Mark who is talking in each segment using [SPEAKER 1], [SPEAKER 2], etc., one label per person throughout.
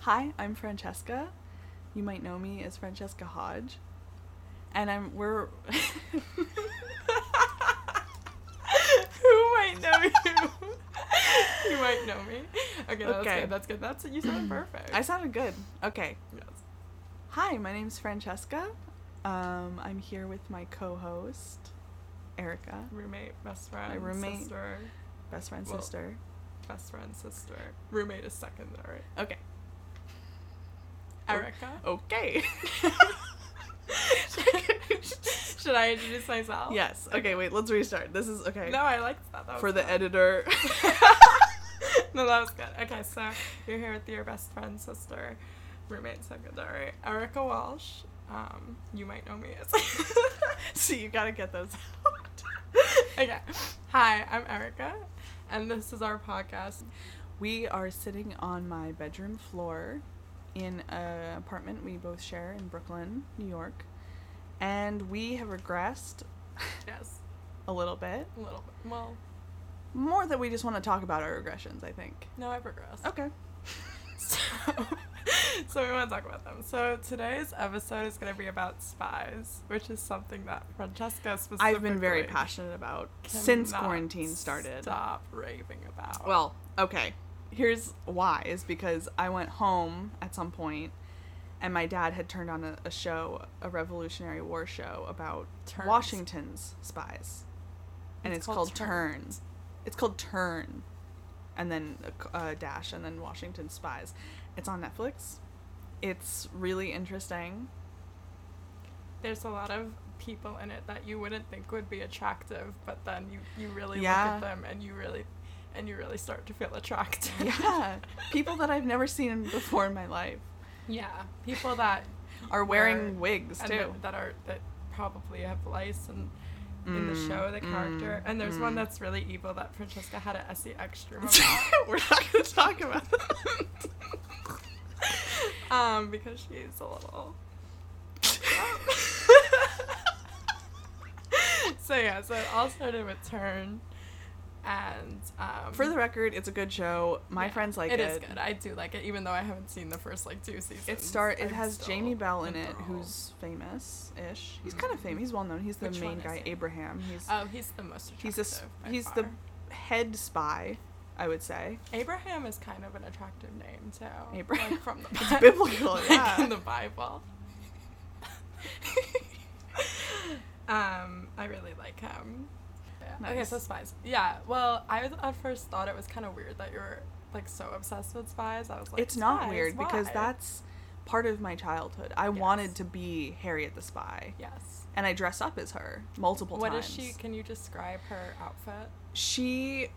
[SPEAKER 1] Hi, I'm Francesca. You might know me as Francesca Hodge. And I'm we're Who might know you?
[SPEAKER 2] you might know me. Okay, no,
[SPEAKER 1] Okay.
[SPEAKER 2] that's good. That's good. That's you sound perfect.
[SPEAKER 1] I sounded good. Okay.
[SPEAKER 2] Yes.
[SPEAKER 1] Hi, my name's Francesca. Um, I'm here with my co-host Erica,
[SPEAKER 2] Roommate, best friend,
[SPEAKER 1] roommate.
[SPEAKER 2] sister,
[SPEAKER 1] best friend
[SPEAKER 2] Well-
[SPEAKER 1] sister.
[SPEAKER 2] best friend, sister. Roommate is second, all right.
[SPEAKER 1] Okay.
[SPEAKER 2] Erica.
[SPEAKER 1] Okay.
[SPEAKER 2] Should I introduce myself?
[SPEAKER 1] yes. Okay, wait, let's restart. This is okay.
[SPEAKER 2] Oh. No, I liked that. that was
[SPEAKER 1] For the
[SPEAKER 2] good.
[SPEAKER 1] editor.
[SPEAKER 2] No, that was good. Okay, so you're here with your best friend, sister, roommate, secondary, Erica Walsh. Um, you might know me as.
[SPEAKER 1] so you gotta get those out.
[SPEAKER 2] okay. Hi, I'm Erica, and this is our podcast.
[SPEAKER 1] We are sitting on my bedroom floor in an apartment we both share in Brooklyn, New York. And we have regressed
[SPEAKER 2] Yes,
[SPEAKER 1] a little bit.
[SPEAKER 2] a little bit. Well,
[SPEAKER 1] More that we just want to talk about our regressions, I think.
[SPEAKER 2] no, I progressed.
[SPEAKER 1] Okay.
[SPEAKER 2] So, so we want to talk about them. So today's episode is going to be about spies, which is something that Francesca specifically.
[SPEAKER 1] I've been very passionate about since
[SPEAKER 2] cannot
[SPEAKER 1] quarantine started.
[SPEAKER 2] Stop raving about.
[SPEAKER 1] Well, okay. Here's why is because I went home at some point and my dad had turned on a, a show, a Revolutionary War show about
[SPEAKER 2] Turns.
[SPEAKER 1] Washington's spies. And it's, called, Turn.
[SPEAKER 2] Turns.
[SPEAKER 1] It's called Turn. And then a c- uh, dash and then Washington spies. It's on Netflix. It's really interesting.
[SPEAKER 2] there's a lot of people in it that you wouldn't think would be attractive, but then you, you really
[SPEAKER 1] Yeah.
[SPEAKER 2] look at them and you really and you really start to feel attracted.
[SPEAKER 1] Yeah. People that I've never seen before in my life
[SPEAKER 2] yeah, people that
[SPEAKER 1] are wearing
[SPEAKER 2] Word.
[SPEAKER 1] wigs
[SPEAKER 2] and
[SPEAKER 1] too.
[SPEAKER 2] that are that probably have lice and in the
[SPEAKER 1] Mm,
[SPEAKER 2] show the character.
[SPEAKER 1] mm,
[SPEAKER 2] and there's one
[SPEAKER 1] mm.
[SPEAKER 2] that's really evil that Francesca had an SE extra about.
[SPEAKER 1] We're not going to talk about that.
[SPEAKER 2] um, because she's a little so yeah, so it all started with turn and um
[SPEAKER 1] For the record, it's a good show. My
[SPEAKER 2] Yeah,
[SPEAKER 1] friends like it.
[SPEAKER 2] It is good. I do like it, even though I haven't seen the first like two seasons.
[SPEAKER 1] It start. It
[SPEAKER 2] I'm
[SPEAKER 1] has
[SPEAKER 2] still
[SPEAKER 1] Jamie Bell in it,
[SPEAKER 2] enthralled.
[SPEAKER 1] who's famous ish. He's kind of famous. He's well known. He's the
[SPEAKER 2] Mm-hmm. Which one
[SPEAKER 1] main
[SPEAKER 2] is
[SPEAKER 1] guy,
[SPEAKER 2] he?
[SPEAKER 1] Abraham. He's
[SPEAKER 2] oh, he's the most attractive.
[SPEAKER 1] he's a s-
[SPEAKER 2] by
[SPEAKER 1] he's
[SPEAKER 2] far.
[SPEAKER 1] the head spy, I would say.
[SPEAKER 2] Abraham is kind of an attractive name too.
[SPEAKER 1] Abraham.
[SPEAKER 2] like, from the
[SPEAKER 1] It's
[SPEAKER 2] Bi-
[SPEAKER 1] biblical,
[SPEAKER 2] like,
[SPEAKER 1] yeah.
[SPEAKER 2] in the Bible. um, I really like him. Yeah. Okay, so
[SPEAKER 1] Nice.
[SPEAKER 2] spies. Yeah. Well, I was- at first thought it was kind of weird that you were like so obsessed with spies. I was like,
[SPEAKER 1] it's not
[SPEAKER 2] "Spies,
[SPEAKER 1] weird because
[SPEAKER 2] why?"
[SPEAKER 1] that's part of my childhood. I
[SPEAKER 2] Yes.
[SPEAKER 1] wanted to be Harriet the Spy,
[SPEAKER 2] yes.
[SPEAKER 1] and I dress up as her multiple
[SPEAKER 2] What
[SPEAKER 1] times.
[SPEAKER 2] is she? Can you describe her outfit?
[SPEAKER 1] she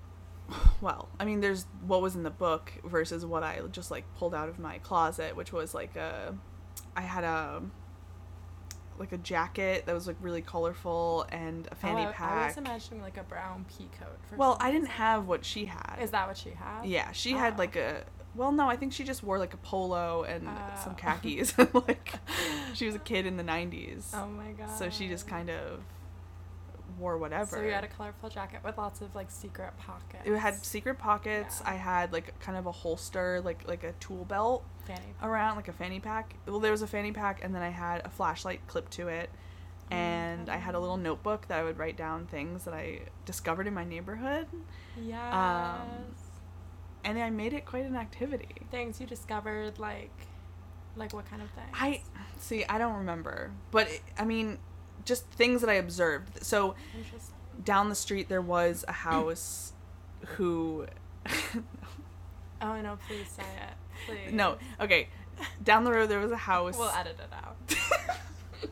[SPEAKER 1] well i mean there's what was in the book versus what i just like pulled out of my closet which was like a i had a like a jacket that was like really colorful and a fanny
[SPEAKER 2] Oh, I- I, was
[SPEAKER 1] pack
[SPEAKER 2] imagining like a brown pea coat. For
[SPEAKER 1] well
[SPEAKER 2] some
[SPEAKER 1] i didn't
[SPEAKER 2] reason.
[SPEAKER 1] have what she had
[SPEAKER 2] Is that what she had?
[SPEAKER 1] yeah she had
[SPEAKER 2] Oh.
[SPEAKER 1] like a well no i think she just wore like a polo and
[SPEAKER 2] Oh.
[SPEAKER 1] some khakis and like she was a kid in the 90s
[SPEAKER 2] Oh my god.
[SPEAKER 1] so she just kind of wore whatever
[SPEAKER 2] So you had a colorful jacket with lots of like secret pockets.
[SPEAKER 1] It had secret pockets.
[SPEAKER 2] Yeah.
[SPEAKER 1] I had like kind of a holster, like like a tool belt
[SPEAKER 2] fanny.
[SPEAKER 1] around, like a fanny pack. Well, there was a fanny pack, and then I had a flashlight clipped to it,
[SPEAKER 2] Mm,
[SPEAKER 1] and I had a little notebook that I would write down things that I discovered in my neighborhood,
[SPEAKER 2] Yes.
[SPEAKER 1] and I made it quite an activity.
[SPEAKER 2] Um, things you discovered, like, like what kind of things?
[SPEAKER 1] I see. I don't remember, but it, I mean, just things that I observed. So
[SPEAKER 2] Interesting.
[SPEAKER 1] down the street there was a
[SPEAKER 2] Mm.
[SPEAKER 1] house who.
[SPEAKER 2] Oh no! Please say it. Please.
[SPEAKER 1] no, okay. Down the road there was a house.
[SPEAKER 2] We'll edit it out.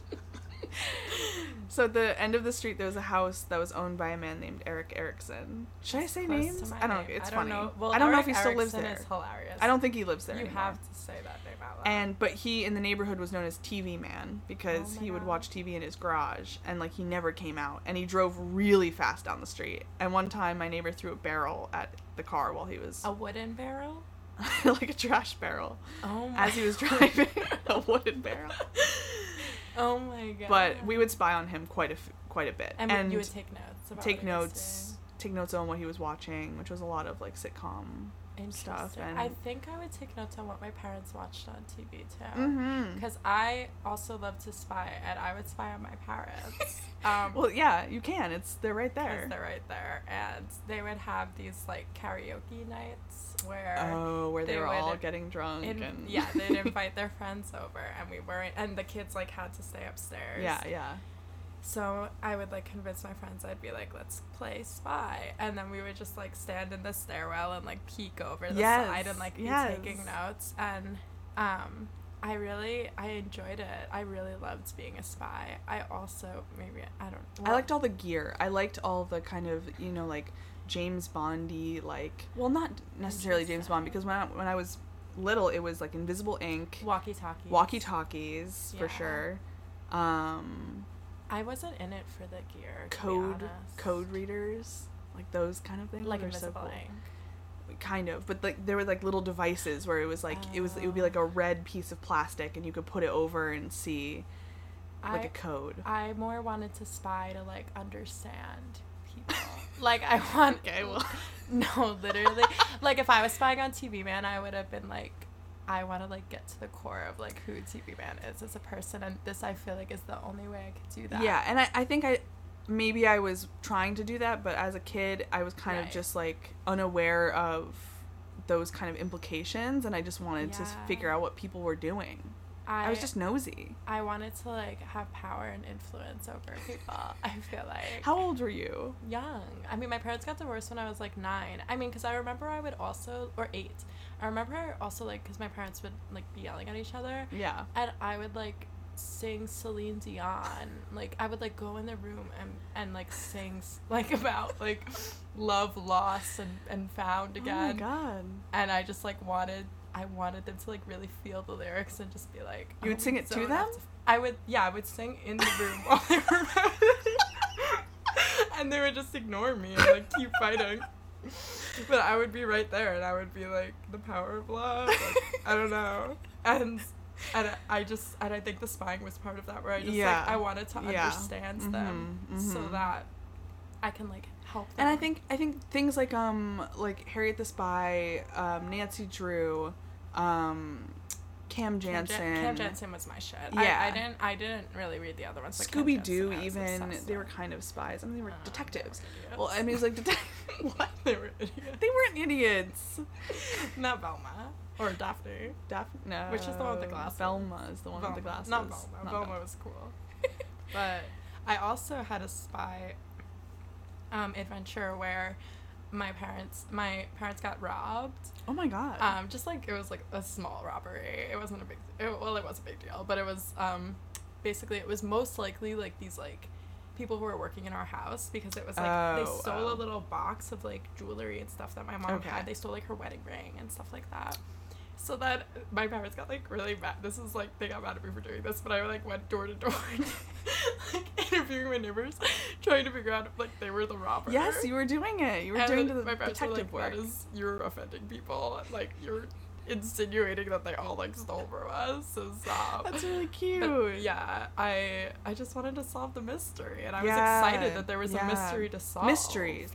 [SPEAKER 1] So at the end of the street, there was a house that was owned by a man named Eric Erickson. Should I
[SPEAKER 2] It's
[SPEAKER 1] say
[SPEAKER 2] close to
[SPEAKER 1] names?
[SPEAKER 2] my
[SPEAKER 1] I don't.
[SPEAKER 2] name.
[SPEAKER 1] It's
[SPEAKER 2] I don't
[SPEAKER 1] funny.
[SPEAKER 2] Know. Well,
[SPEAKER 1] I don't know if he
[SPEAKER 2] Eric
[SPEAKER 1] still lives
[SPEAKER 2] Erickson
[SPEAKER 1] there.
[SPEAKER 2] Is hilarious.
[SPEAKER 1] I don't think he lives there.
[SPEAKER 2] You
[SPEAKER 1] anymore.
[SPEAKER 2] have to say that name out loud.
[SPEAKER 1] And but he in the neighborhood was known as TV man because
[SPEAKER 2] Oh my
[SPEAKER 1] he would
[SPEAKER 2] God.
[SPEAKER 1] watch TV in his garage and like he never came out and he drove really fast down the street. And one time my neighbor threw a barrel at the car while he was
[SPEAKER 2] a wooden barrel.
[SPEAKER 1] like a trash barrel
[SPEAKER 2] Oh my.
[SPEAKER 1] as he was driving a wooden barrel.
[SPEAKER 2] Oh my god.
[SPEAKER 1] But we would spy on him quite a f- quite a bit.
[SPEAKER 2] and, we- you would take notes. About
[SPEAKER 1] take
[SPEAKER 2] what he was
[SPEAKER 1] notes take notes on what he was watching which was a lot of like sitcom stuff.
[SPEAKER 2] Interesting.
[SPEAKER 1] And
[SPEAKER 2] I think I would take notes on what my parents watched on TV too.
[SPEAKER 1] mm-hmm.
[SPEAKER 2] Because I also love to spy, and I would spy on my parents. Um,
[SPEAKER 1] well, yeah, you can. It's they're right
[SPEAKER 2] because
[SPEAKER 1] there.
[SPEAKER 2] they're right there, and they would have these like karaoke nights where
[SPEAKER 1] Oh, where they,
[SPEAKER 2] They
[SPEAKER 1] were all
[SPEAKER 2] would
[SPEAKER 1] getting drunk
[SPEAKER 2] in-
[SPEAKER 1] and
[SPEAKER 2] yeah they'd invite their friends over, and we weren't, and the kids like had to stay upstairs.
[SPEAKER 1] yeah, yeah.
[SPEAKER 2] So I would like convince my friends I'd be like, let's play spy, and then we would just like stand in the stairwell and like peek over the
[SPEAKER 1] Yes,
[SPEAKER 2] side and like be
[SPEAKER 1] yes.
[SPEAKER 2] taking notes. And um, I really I enjoyed it. I really loved being a spy. I also maybe I don't.
[SPEAKER 1] I liked all the gear. I liked all the kind of you know like James Bondy like well not necessarily James Bond because when I, when I was little it was like Invisible Ink,
[SPEAKER 2] walkie talkie.
[SPEAKER 1] walkie talkies for
[SPEAKER 2] Yeah.
[SPEAKER 1] sure, um,
[SPEAKER 2] I wasn't in it for the gear. to be
[SPEAKER 1] code
[SPEAKER 2] honest.
[SPEAKER 1] code readers like those kind of things
[SPEAKER 2] Like
[SPEAKER 1] were
[SPEAKER 2] invisible ink.
[SPEAKER 1] kind of but like there were like little devices where it was like it was it would be
[SPEAKER 2] Oh.
[SPEAKER 1] like a red piece of plastic and you could put it over and see like a
[SPEAKER 2] I-
[SPEAKER 1] code
[SPEAKER 2] I more wanted to spy to like understand people. like I want.
[SPEAKER 1] Okay, well.
[SPEAKER 2] No, literally. like if I was spying on TV Man, I would have been like, I want to like get to the core of like who TV Man is as a person, and this I feel like is the only way I could do that.
[SPEAKER 1] Yeah, and I, I think I maybe I was trying to do that, but as a kid, I was kind of
[SPEAKER 2] Right.
[SPEAKER 1] just like unaware of those kind of implications, and I just wanted to s-
[SPEAKER 2] Yeah.
[SPEAKER 1] figure out what people were doing.
[SPEAKER 2] I,
[SPEAKER 1] I, was just nosy.
[SPEAKER 2] I wanted to like have power and influence over people. I feel like
[SPEAKER 1] How old were you?
[SPEAKER 2] young. I mean, my parents got divorced when I was like nine. I mean, because I remember I would also or eight. I remember also like because my parents would like be yelling at each other,
[SPEAKER 1] Yeah.
[SPEAKER 2] and I would like sing Celine Dion. Like I would like go in the room and and like sing s- like about like love lost and and found
[SPEAKER 1] Oh my
[SPEAKER 2] again.
[SPEAKER 1] god.
[SPEAKER 2] and I just like wanted I wanted them to like really feel the lyrics and just be like
[SPEAKER 1] You would
[SPEAKER 2] oh,
[SPEAKER 1] sing
[SPEAKER 2] we
[SPEAKER 1] it to
[SPEAKER 2] don't
[SPEAKER 1] them?
[SPEAKER 2] have f- I would yeah, I would sing in the room while they were and they would just ignore me and like keep fighting. But I would be right there and I would be like the power of love. Like, I don't know. And and I just and I think the spying was part of that where I just
[SPEAKER 1] Yeah.
[SPEAKER 2] like I wanted to
[SPEAKER 1] Yeah.
[SPEAKER 2] understand them
[SPEAKER 1] Mhm,
[SPEAKER 2] so
[SPEAKER 1] mhm.
[SPEAKER 2] that I can like help them.
[SPEAKER 1] And I think I think things like um like Harriet the Spy, um, Nancy Drew, um, Cam
[SPEAKER 2] Cam
[SPEAKER 1] Jansen,
[SPEAKER 2] Jan- Cam Jansen was my shit.
[SPEAKER 1] Yeah.
[SPEAKER 2] I, I didn't. I didn't really read the other ones. but Cam
[SPEAKER 1] Scooby Doo.
[SPEAKER 2] Jansen I was
[SPEAKER 1] Even
[SPEAKER 2] obsessed
[SPEAKER 1] they were
[SPEAKER 2] with.
[SPEAKER 1] kind of spies. I mean, they were
[SPEAKER 2] Um, they were
[SPEAKER 1] detectives.
[SPEAKER 2] idiots.
[SPEAKER 1] Well, I mean, it was like detect-
[SPEAKER 2] what? They were idiots.
[SPEAKER 1] They weren't idiots.
[SPEAKER 2] Not Velma or Daphne.
[SPEAKER 1] Daphne, no.
[SPEAKER 2] Which is the one with the glasses.
[SPEAKER 1] Velma is the one with the
[SPEAKER 2] Velma,
[SPEAKER 1] glasses.
[SPEAKER 2] Not Velma.
[SPEAKER 1] Not
[SPEAKER 2] Velma
[SPEAKER 1] Velma.
[SPEAKER 2] was cool. but I also had a spy um, adventure where my parents my parents got robbed
[SPEAKER 1] Oh my god.
[SPEAKER 2] Um, just like it was like a small robbery. It wasn't a big. It, well, it was a big deal, but it was um, basically it was most likely like these like people who were working in our house because it was like they
[SPEAKER 1] Oh,
[SPEAKER 2] stole
[SPEAKER 1] oh.
[SPEAKER 2] a little box of like jewelry and stuff that my mom
[SPEAKER 1] Okay.
[SPEAKER 2] had. They stole like her wedding ring and stuff like that. So that my parents got like really mad. This is like they got mad at me for doing this, but I like went door to door, like interviewing my neighbors, trying to figure out if like they were the robber.
[SPEAKER 1] yes, you were doing it. You were
[SPEAKER 2] And
[SPEAKER 1] doing the
[SPEAKER 2] my parents were
[SPEAKER 1] detective
[SPEAKER 2] like,
[SPEAKER 1] work.
[SPEAKER 2] That is, you're offending people. Like you're insinuating that they all like stole from us. So stop.
[SPEAKER 1] That's really
[SPEAKER 2] But,
[SPEAKER 1] cute.
[SPEAKER 2] yeah, I I just wanted to solve the mystery, and I
[SPEAKER 1] Yeah,
[SPEAKER 2] was excited that there was
[SPEAKER 1] yeah.
[SPEAKER 2] a mystery to solve.
[SPEAKER 1] Mysteries.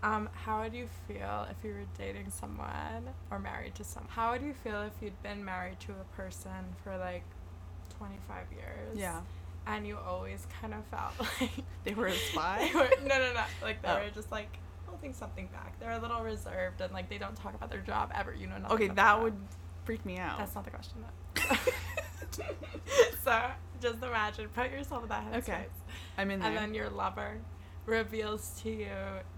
[SPEAKER 2] Um, how would you feel if you were dating someone or married to someone? How would you feel if you'd been married to a person for like 25 years?
[SPEAKER 1] Yeah.
[SPEAKER 2] And you always kind of felt like
[SPEAKER 1] They were a spy?
[SPEAKER 2] they were, no, no, no. Like they
[SPEAKER 1] Oh.
[SPEAKER 2] were just like holding something back. They're a little reserved and like they don't talk about their job ever. You know. nothing
[SPEAKER 1] Okay,
[SPEAKER 2] about
[SPEAKER 1] that
[SPEAKER 2] them.
[SPEAKER 1] would oh. freak me out.
[SPEAKER 2] That's not the question. Though. so just imagine, put yourself in that headspace,
[SPEAKER 1] Okay, I'm in
[SPEAKER 2] and
[SPEAKER 1] there.
[SPEAKER 2] then your lover reveals to you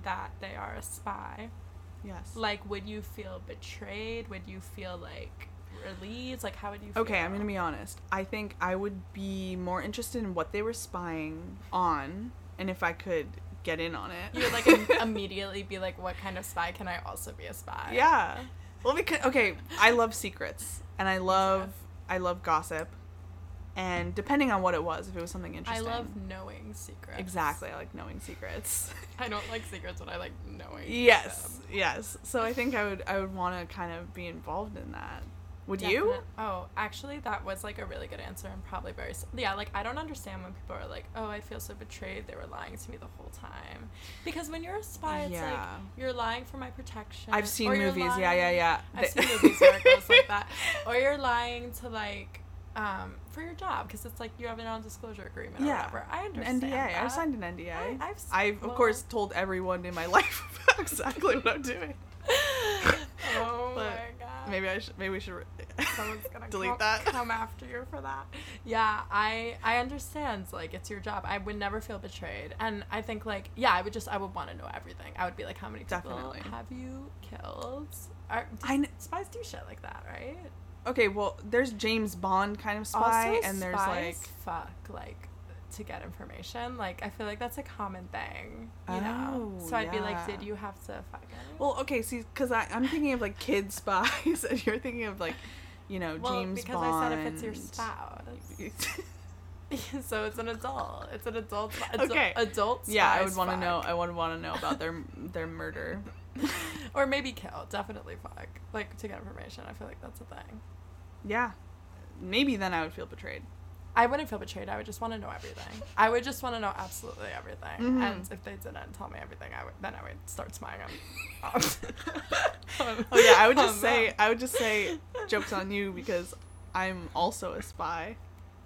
[SPEAKER 2] that they are a spy.
[SPEAKER 1] yes.
[SPEAKER 2] Like, would you feel betrayed? Would you feel like relieved? Like, how would you? feel?
[SPEAKER 1] Okay, I'm gonna be honest. I think I would be more interested in what they were spying on, and if I could get in on it.
[SPEAKER 2] You would like im- immediately be like, what kind of spy can I also be a spy?
[SPEAKER 1] Yeah. Well, because okay, I love secrets and I love I love gossip, and depending on what it was, if it was something
[SPEAKER 2] I
[SPEAKER 1] interesting,
[SPEAKER 2] love knowing secrets.
[SPEAKER 1] exactly. I like knowing secrets.
[SPEAKER 2] I don't like secrets, but I like knowing.
[SPEAKER 1] yes,
[SPEAKER 2] them.
[SPEAKER 1] yes. So I think I would I would want to kind of be involved in that. Would you?
[SPEAKER 2] Definite- Oh, actually, that was like a really good answer and probably very. s- Yeah, like I don't understand when people are like, oh, I feel so betrayed. They were lying to me the whole time. Because when you're a spy, it's
[SPEAKER 1] Yeah.
[SPEAKER 2] like you're lying for my protection.
[SPEAKER 1] I've seen
[SPEAKER 2] or you're
[SPEAKER 1] movies. Yeah, yeah,
[SPEAKER 2] lying-
[SPEAKER 1] yeah.
[SPEAKER 2] I've seen movies where it goes like that. Or you're lying to like. Um, for your job, because it's like you have a non-disclosure agreement
[SPEAKER 1] Yeah.
[SPEAKER 2] or whatever. I
[SPEAKER 1] An
[SPEAKER 2] understand.
[SPEAKER 1] NDA. I
[SPEAKER 2] that.
[SPEAKER 1] signed an NDA.
[SPEAKER 2] I-
[SPEAKER 1] I,
[SPEAKER 2] I've s-
[SPEAKER 1] have of
[SPEAKER 2] well-
[SPEAKER 1] course told everyone in my life about exactly what I'm doing.
[SPEAKER 2] oh
[SPEAKER 1] But
[SPEAKER 2] my god.
[SPEAKER 1] Maybe I should. Maybe we should. re-
[SPEAKER 2] someone's gonna
[SPEAKER 1] delete
[SPEAKER 2] come,
[SPEAKER 1] that.
[SPEAKER 2] come after you for that yeah i i understand like it's your job i would never feel betrayed and i think like yeah i would just i would want to know everything i would be like how many people
[SPEAKER 1] Definitely.
[SPEAKER 2] have you killed Are,
[SPEAKER 1] I kn-
[SPEAKER 2] spies do shit like that right
[SPEAKER 1] Okay, well, there's James Bond kind of spy,
[SPEAKER 2] also
[SPEAKER 1] and there's
[SPEAKER 2] spies
[SPEAKER 1] like
[SPEAKER 2] fuck like to get information like i feel like that's a common thing you know
[SPEAKER 1] Oh,
[SPEAKER 2] so i'd be like
[SPEAKER 1] yeah.
[SPEAKER 2] did you have to fuck anyone?
[SPEAKER 1] Well, okay, see, because I'm thinking of like kid spies, and you're thinking of like, you know,
[SPEAKER 2] well,
[SPEAKER 1] Oh, James
[SPEAKER 2] because
[SPEAKER 1] Bond.
[SPEAKER 2] i said if it's your spouse so it's an adult. It's an adult. Adult,
[SPEAKER 1] Okay.
[SPEAKER 2] adult
[SPEAKER 1] yeah, I would
[SPEAKER 2] spies
[SPEAKER 1] want to
[SPEAKER 2] fuck.
[SPEAKER 1] know. I would want to know about their their murder.
[SPEAKER 2] or maybe kill. Definitely fuck. Like to get information. I feel like that's a thing.
[SPEAKER 1] Yeah, maybe then I would feel betrayed.
[SPEAKER 2] I wouldn't feel betrayed. I would just want to know everything. I would just want to know absolutely everything.
[SPEAKER 1] Mhm.
[SPEAKER 2] And if they didn't tell me everything, I would then I would start spying on. on-
[SPEAKER 1] Oh yeah, I would just
[SPEAKER 2] on
[SPEAKER 1] say
[SPEAKER 2] them.
[SPEAKER 1] I would just say jokes on you because I'm also a spy,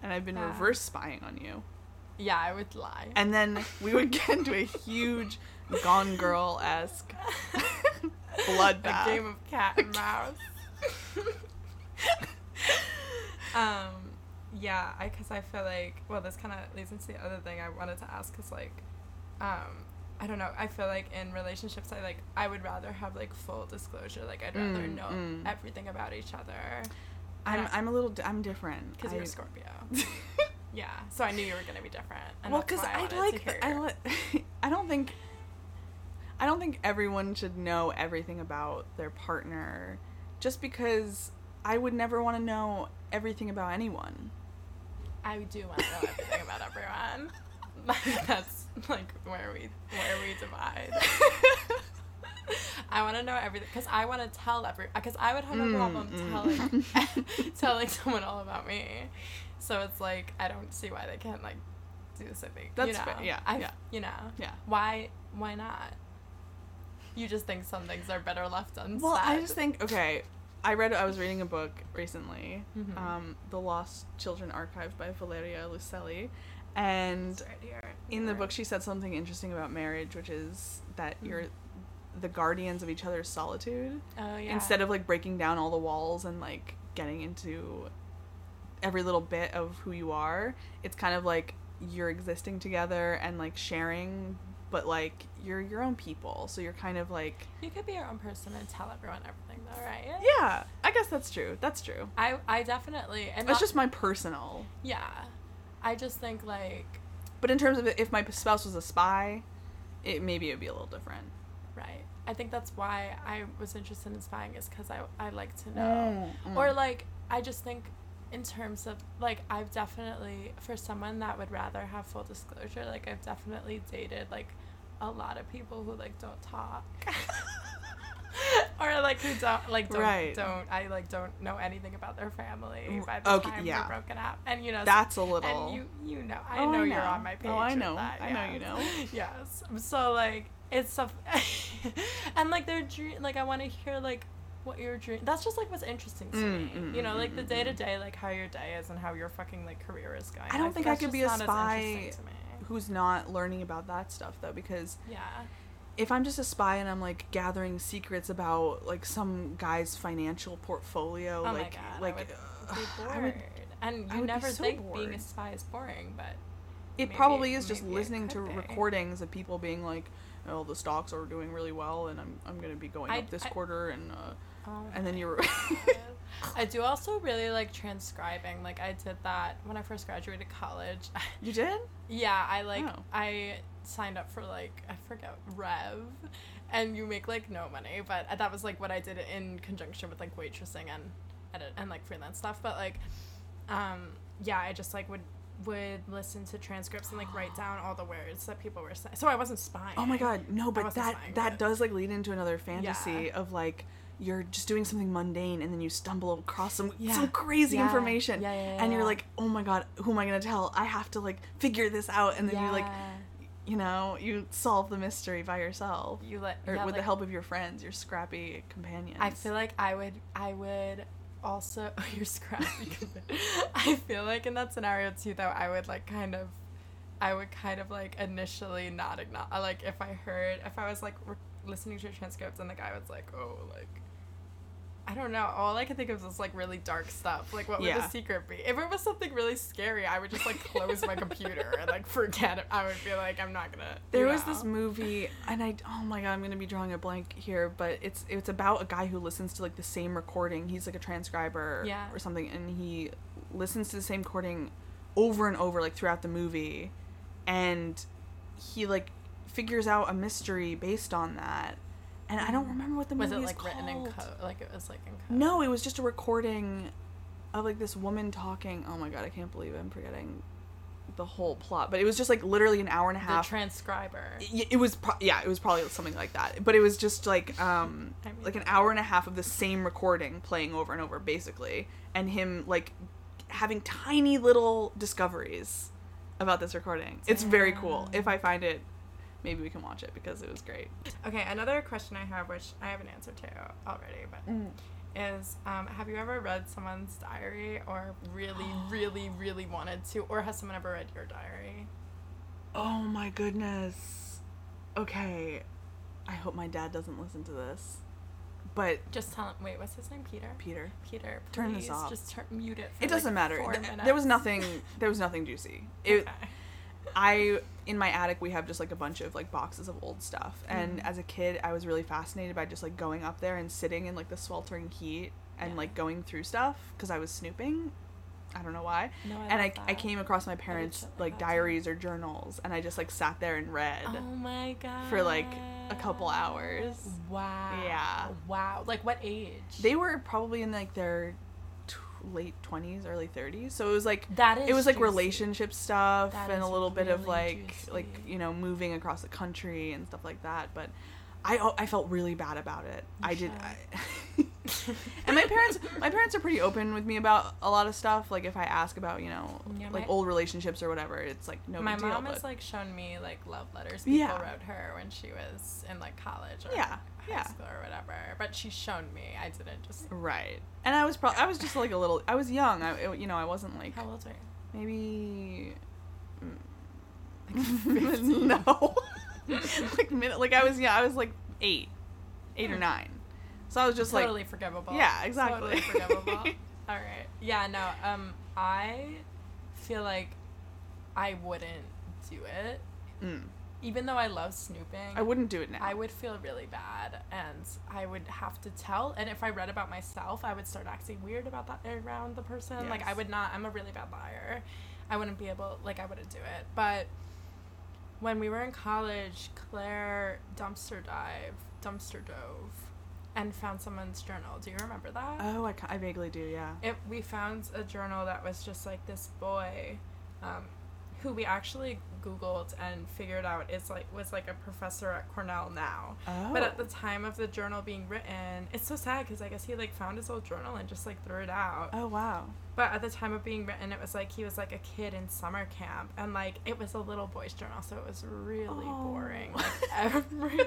[SPEAKER 1] and I've been
[SPEAKER 2] Yeah.
[SPEAKER 1] reverse spying on you.
[SPEAKER 2] Yeah, I would lie.
[SPEAKER 1] And then we would get into a huge Gone Girl esque bloodbath.
[SPEAKER 2] A game of cat and mouse. um, yeah, I because I feel like well, this kind of leads into the other thing I wanted to ask is like, um, I don't know. I feel like in relationships, I like I would rather have like full disclosure. Like I'd rather
[SPEAKER 1] Mm,
[SPEAKER 2] know
[SPEAKER 1] mm.
[SPEAKER 2] everything about each other
[SPEAKER 1] I'm
[SPEAKER 2] Yeah.
[SPEAKER 1] I'm a little di- I'm different
[SPEAKER 2] because
[SPEAKER 1] I-
[SPEAKER 2] you're a Scorpio. Yeah, so I knew you were gonna be different. And
[SPEAKER 1] well,
[SPEAKER 2] that's
[SPEAKER 1] because
[SPEAKER 2] why
[SPEAKER 1] I,
[SPEAKER 2] wanted to
[SPEAKER 1] like
[SPEAKER 2] hear
[SPEAKER 1] the, I
[SPEAKER 2] your-
[SPEAKER 1] li- I don't think I don't think everyone should know everything about their partner, just because I would never want to know everything about anyone.
[SPEAKER 2] I do want to know everything about everyone. Like that's like where we where we divide. I want to know everything because I want to tell every because I would have a
[SPEAKER 1] Mm,
[SPEAKER 2] problem
[SPEAKER 1] mm.
[SPEAKER 2] telling telling someone all about me. So it's like I don't see why they can't like do the same thing. you
[SPEAKER 1] That's
[SPEAKER 2] know?
[SPEAKER 1] fair, yeah,
[SPEAKER 2] I,
[SPEAKER 1] yeah.
[SPEAKER 2] You know.
[SPEAKER 1] Yeah.
[SPEAKER 2] Why? Why not? You just think some things are better left unsaid.
[SPEAKER 1] Well, I just think okay. I read I was reading a book recently,
[SPEAKER 2] Mhm.
[SPEAKER 1] um, The Lost Children Archive by Valeria Lucelli, and
[SPEAKER 2] It's right here.
[SPEAKER 1] in the
[SPEAKER 2] Or-
[SPEAKER 1] book she said something interesting about marriage, which is that
[SPEAKER 2] Mhm.
[SPEAKER 1] you're the guardians of each other's solitude.
[SPEAKER 2] Oh yeah.
[SPEAKER 1] instead of like breaking down all the walls and like getting into every little bit of who you are it's kind of like you're existing together and like sharing but like you're your own people so you're kind of like
[SPEAKER 2] you could be your own person and tell everyone everything though, right?
[SPEAKER 1] yeah i guess that's true that's true
[SPEAKER 2] I I definitely and
[SPEAKER 1] that's
[SPEAKER 2] not-
[SPEAKER 1] just my personal
[SPEAKER 2] yeah. I just think like
[SPEAKER 1] but in terms of if my spouse was a spy it maybe it would be a little different
[SPEAKER 2] right. I think that's why I was interested in spying is because I I like to
[SPEAKER 1] Mm.
[SPEAKER 2] know or like I just think in terms of like I've definitely for someone that would rather have full disclosure like I've definitely dated like a lot of people who like don't talk. or like who don't like don't
[SPEAKER 1] Right.
[SPEAKER 2] don't I like don't know anything about their family
[SPEAKER 1] Mm,
[SPEAKER 2] by the
[SPEAKER 1] okay,
[SPEAKER 2] time
[SPEAKER 1] yeah.
[SPEAKER 2] we're broken up and you know
[SPEAKER 1] that's a little
[SPEAKER 2] And you, you know, I
[SPEAKER 1] Oh, I
[SPEAKER 2] know, you're
[SPEAKER 1] know.
[SPEAKER 2] on my page.
[SPEAKER 1] Oh, I
[SPEAKER 2] with
[SPEAKER 1] know.
[SPEAKER 2] that,
[SPEAKER 1] I know you
[SPEAKER 2] yes.
[SPEAKER 1] know.
[SPEAKER 2] Yes. So like, it's stuff, and like their dream. Like I want to hear like what your dream. That's just like what's interesting to
[SPEAKER 1] Mm,
[SPEAKER 2] me.
[SPEAKER 1] mm,
[SPEAKER 2] you know,
[SPEAKER 1] mm,
[SPEAKER 2] like the
[SPEAKER 1] mm,
[SPEAKER 2] day to day, like how your day is and how your fucking like career is going.
[SPEAKER 1] I don't
[SPEAKER 2] Like,
[SPEAKER 1] think I
[SPEAKER 2] that's
[SPEAKER 1] could be
[SPEAKER 2] just
[SPEAKER 1] a
[SPEAKER 2] not as interesting
[SPEAKER 1] spy
[SPEAKER 2] to me.
[SPEAKER 1] who's not learning about that stuff though because
[SPEAKER 2] Yeah.
[SPEAKER 1] if I'm just a spy and I'm like gathering secrets about like some guy's financial portfolio,
[SPEAKER 2] Oh my
[SPEAKER 1] like
[SPEAKER 2] God, I
[SPEAKER 1] like
[SPEAKER 2] would
[SPEAKER 1] ugh,
[SPEAKER 2] Be
[SPEAKER 1] I
[SPEAKER 2] bored.
[SPEAKER 1] would-
[SPEAKER 2] and
[SPEAKER 1] I
[SPEAKER 2] you
[SPEAKER 1] would be
[SPEAKER 2] never
[SPEAKER 1] so
[SPEAKER 2] think being a
[SPEAKER 1] bored.
[SPEAKER 2] spy is boring, but
[SPEAKER 1] it
[SPEAKER 2] Maybe-
[SPEAKER 1] probably is just
[SPEAKER 2] maybe it
[SPEAKER 1] listening to
[SPEAKER 2] could be.
[SPEAKER 1] recordings of people being like, "Oh, the stocks are doing really well, and I'm I'm gonna be going
[SPEAKER 2] I-
[SPEAKER 1] up this
[SPEAKER 2] I-
[SPEAKER 1] quarter," and uh,
[SPEAKER 2] oh
[SPEAKER 1] and then
[SPEAKER 2] my
[SPEAKER 1] you're
[SPEAKER 2] I do also really like transcribing. Like I did that when I first graduated college.
[SPEAKER 1] you did
[SPEAKER 2] yeah, I like
[SPEAKER 1] Oh.
[SPEAKER 2] I signed up for like I forget Rev, and you make like no money, but that was like what I did in conjunction with like waitressing and edit and like freelance stuff. But like, um, yeah, I just like would would listen to transcripts and like write down all the words that people were saying. So I wasn't spying.
[SPEAKER 1] Oh my god, no, but
[SPEAKER 2] wasn't
[SPEAKER 1] that
[SPEAKER 2] spying,
[SPEAKER 1] that
[SPEAKER 2] but-
[SPEAKER 1] does like lead into another fantasy of like you're just doing something mundane and then you stumble across some
[SPEAKER 2] Yeah.
[SPEAKER 1] some crazy
[SPEAKER 2] Yeah.
[SPEAKER 1] information
[SPEAKER 2] Yeah, yeah, yeah,
[SPEAKER 1] and
[SPEAKER 2] yeah.
[SPEAKER 1] you're like oh my god who am i going to tell i have to like figure this out and then you like you know you solve the mystery by yourself
[SPEAKER 2] you let
[SPEAKER 1] or
[SPEAKER 2] yeah,
[SPEAKER 1] with the
[SPEAKER 2] like,
[SPEAKER 1] help of your friends your scrappy companions
[SPEAKER 2] I feel like I would I would also oh, you're scrappy. I feel like in that scenario too though I would like kind of I would kind of like initially not acknowledge like if I heard if I was like re- listening to your transcripts and the guy was like oh like I don't know all I could think of was like really dark stuff like what would
[SPEAKER 1] Yeah.
[SPEAKER 2] the secret be if it was something really scary I would just like close my computer and like forget it I would be like I'm not gonna
[SPEAKER 1] There
[SPEAKER 2] you
[SPEAKER 1] was this
[SPEAKER 2] know.
[SPEAKER 1] movie, and I oh my god, I'm gonna be drawing a blank here, but it's it's about a guy who listens to like the same recording. He's like a transcriber
[SPEAKER 2] Yeah.
[SPEAKER 1] or something, and he listens to the same recording over and over like throughout the movie, and he like figures out a mystery based on that. And I don't remember what the
[SPEAKER 2] Mm. was
[SPEAKER 1] movie
[SPEAKER 2] it
[SPEAKER 1] is
[SPEAKER 2] like written in
[SPEAKER 1] called.
[SPEAKER 2] code like it was like in code
[SPEAKER 1] No, it was just a recording of like this woman talking. Oh my god, I can't believe I'm forgetting the whole plot. But it was just like literally an hour and a
[SPEAKER 2] the
[SPEAKER 1] half
[SPEAKER 2] transcriber
[SPEAKER 1] Y- it was pro- yeah it was probably something like that but it was just like um
[SPEAKER 2] I mean-
[SPEAKER 1] like an hour and a half of the same recording playing over and over basically and him like having tiny little discoveries about this recording it's very cool if i find it maybe we can watch it because it was great
[SPEAKER 2] Okay, another question I have, which I have an answer to already, but is um, have you ever read someone's diary or really, really, really wanted to, or has someone ever read your diary?
[SPEAKER 1] oh my goodness okay i hope my dad doesn't listen to this but
[SPEAKER 2] Just tell him. Wait, what's his name? Peter.
[SPEAKER 1] peter
[SPEAKER 2] Peter. Please,
[SPEAKER 1] Turn this off.
[SPEAKER 2] Just turn, mute it. For
[SPEAKER 1] it doesn't
[SPEAKER 2] like,
[SPEAKER 1] matter
[SPEAKER 2] four
[SPEAKER 1] Th- there
[SPEAKER 2] minutes.
[SPEAKER 1] was nothing there was nothing juicy it
[SPEAKER 2] okay.
[SPEAKER 1] I in my attic we have just like a bunch of like boxes of old stuff. And
[SPEAKER 2] Mm-hmm.
[SPEAKER 1] as a kid, I was really fascinated by just like going up there and sitting in like the sweltering heat and
[SPEAKER 2] Yeah.
[SPEAKER 1] like going through stuff because I was snooping. I don't know why.
[SPEAKER 2] No, I
[SPEAKER 1] and I,
[SPEAKER 2] love
[SPEAKER 1] I
[SPEAKER 2] that.
[SPEAKER 1] came across my parents
[SPEAKER 2] shit like
[SPEAKER 1] like
[SPEAKER 2] that too.
[SPEAKER 1] diaries or journals and I just like sat there and read.
[SPEAKER 2] Oh my god.
[SPEAKER 1] for, like, a couple hours.
[SPEAKER 2] Wow.
[SPEAKER 1] Yeah.
[SPEAKER 2] Wow. Like what age?
[SPEAKER 1] They were probably in like their t- late 20s, early 30s. So it was like
[SPEAKER 2] That is.
[SPEAKER 1] it was like
[SPEAKER 2] juicy.
[SPEAKER 1] relationship stuff
[SPEAKER 2] That
[SPEAKER 1] and a
[SPEAKER 2] is
[SPEAKER 1] little bit of
[SPEAKER 2] really
[SPEAKER 1] like like
[SPEAKER 2] juicy.
[SPEAKER 1] you know moving across the country and stuff like that but i al- i felt really bad about it i did I, and my parents my parents are pretty open with me about a lot of stuff like if i ask about you know
[SPEAKER 2] Yeah,
[SPEAKER 1] like
[SPEAKER 2] my-
[SPEAKER 1] old relationships or whatever it's like no
[SPEAKER 2] my
[SPEAKER 1] big deal
[SPEAKER 2] mom
[SPEAKER 1] but
[SPEAKER 2] has like shown me like love letters people
[SPEAKER 1] Yeah.
[SPEAKER 2] wrote her when she was in like college or
[SPEAKER 1] Yeah,
[SPEAKER 2] high
[SPEAKER 1] yeah.
[SPEAKER 2] school or whatever. But she's shown me. I didn't just.
[SPEAKER 1] right and i was probably i was just like a little i was young i it- you know i wasn't like
[SPEAKER 2] How old were you?
[SPEAKER 1] maybe no like minute like i was yeah i was like eight eight or nine so i was just
[SPEAKER 2] Hmm. totally
[SPEAKER 1] like
[SPEAKER 2] forgivable.
[SPEAKER 1] yeah, exactly.
[SPEAKER 2] Totally forgivable. All right. Yeah. No. Um. I feel like I wouldn't do it,
[SPEAKER 1] mm,
[SPEAKER 2] even though I love snooping.
[SPEAKER 1] i wouldn't do it now
[SPEAKER 2] I would feel really bad, and I would have to tell. And if I read about myself, I would start acting weird about that around the person. Like I
[SPEAKER 1] Yes.
[SPEAKER 2] would not. I'm a really bad liar. I wouldn't be able. Like I wouldn't do it. But when we were in college, Claire dumpster dive, dumpster dove, and found someone's journal. Do you remember that?
[SPEAKER 1] oh I, ca- I vaguely do yeah
[SPEAKER 2] it, we found a journal that was just like this boy um, who we actually googled and figured out is like was like a professor at cornell now
[SPEAKER 1] oh
[SPEAKER 2] but uh, at the time of the journal being written it's so sad because i guess he like found his old journal and just like threw it out
[SPEAKER 1] oh wow
[SPEAKER 2] but at the time of being written it was like he was like a kid in summer camp and like it was a little boy's journal so it was really
[SPEAKER 1] Oh.
[SPEAKER 2] boring like, every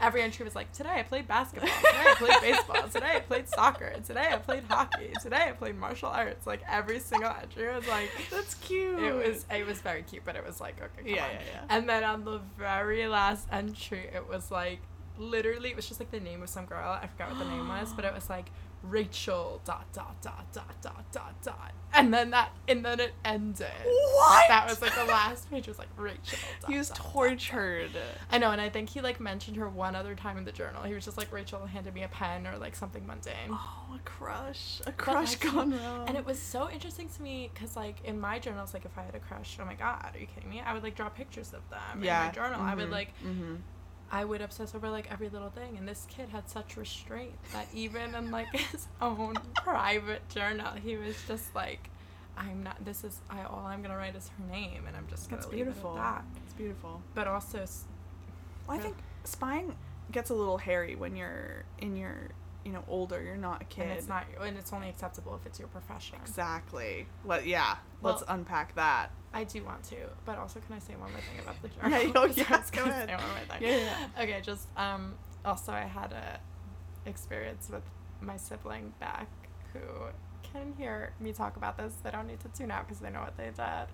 [SPEAKER 2] every entry was like today i played basketball today i played baseball today i played soccer today i played hockey today i played martial arts like every single entry was like
[SPEAKER 1] that's cute
[SPEAKER 2] it was it was very cute, but it was like okay, come
[SPEAKER 1] Oh. Yeah,
[SPEAKER 2] on.
[SPEAKER 1] yeah, yeah.
[SPEAKER 2] And then on the very last entry, it was like literally it was just like the name of some girl. I forgot what the name was, but it was like Rachel dot dot dot dot dot dot dot. And then that and then it ended.
[SPEAKER 1] What?
[SPEAKER 2] That was like the last page was like Rachel. Dot,
[SPEAKER 1] he was
[SPEAKER 2] dot, dot.
[SPEAKER 1] tortured
[SPEAKER 2] I know, and I think he like mentioned her one other time in the journal. He was just like Rachel handed me a pen or like something mundane.
[SPEAKER 1] oh a crush a
[SPEAKER 2] But,
[SPEAKER 1] crush
[SPEAKER 2] like,
[SPEAKER 1] gone wrong
[SPEAKER 2] And it was so interesting to me because, like, in my journals, like, if I had a crush, oh my god, are you kidding me? I would like draw pictures of them in my journal. I would
[SPEAKER 1] mhm,
[SPEAKER 2] like,
[SPEAKER 1] mhm.
[SPEAKER 2] I would obsess over like every little thing. And this kid had such restraint that even in like his own private journal, he was just like, I'm not. This is I all I'm gonna write is her name, and I'm just gonna
[SPEAKER 1] that's
[SPEAKER 2] leave
[SPEAKER 1] beautiful
[SPEAKER 2] it at that.
[SPEAKER 1] it's beautiful
[SPEAKER 2] But also, s-
[SPEAKER 1] Well, I
[SPEAKER 2] Yeah.
[SPEAKER 1] think spying gets a little hairy when you're in your you know older. You're not a kid.
[SPEAKER 2] and it's not and it's only acceptable if it's your profession.
[SPEAKER 1] exactly. Let yeah. let's
[SPEAKER 2] Well-
[SPEAKER 1] unpack that.
[SPEAKER 2] I do want to, but also can I say one more thing about the journal?
[SPEAKER 1] Yeah, oh,
[SPEAKER 2] So I
[SPEAKER 1] yeah,
[SPEAKER 2] was
[SPEAKER 1] go
[SPEAKER 2] gonna
[SPEAKER 1] ahead.
[SPEAKER 2] say one more thing.
[SPEAKER 1] Yeah, yeah,
[SPEAKER 2] Okay, just um also I had a experience with my sibling back who can hear me talk about this. They don't need to tune out because they know what they did.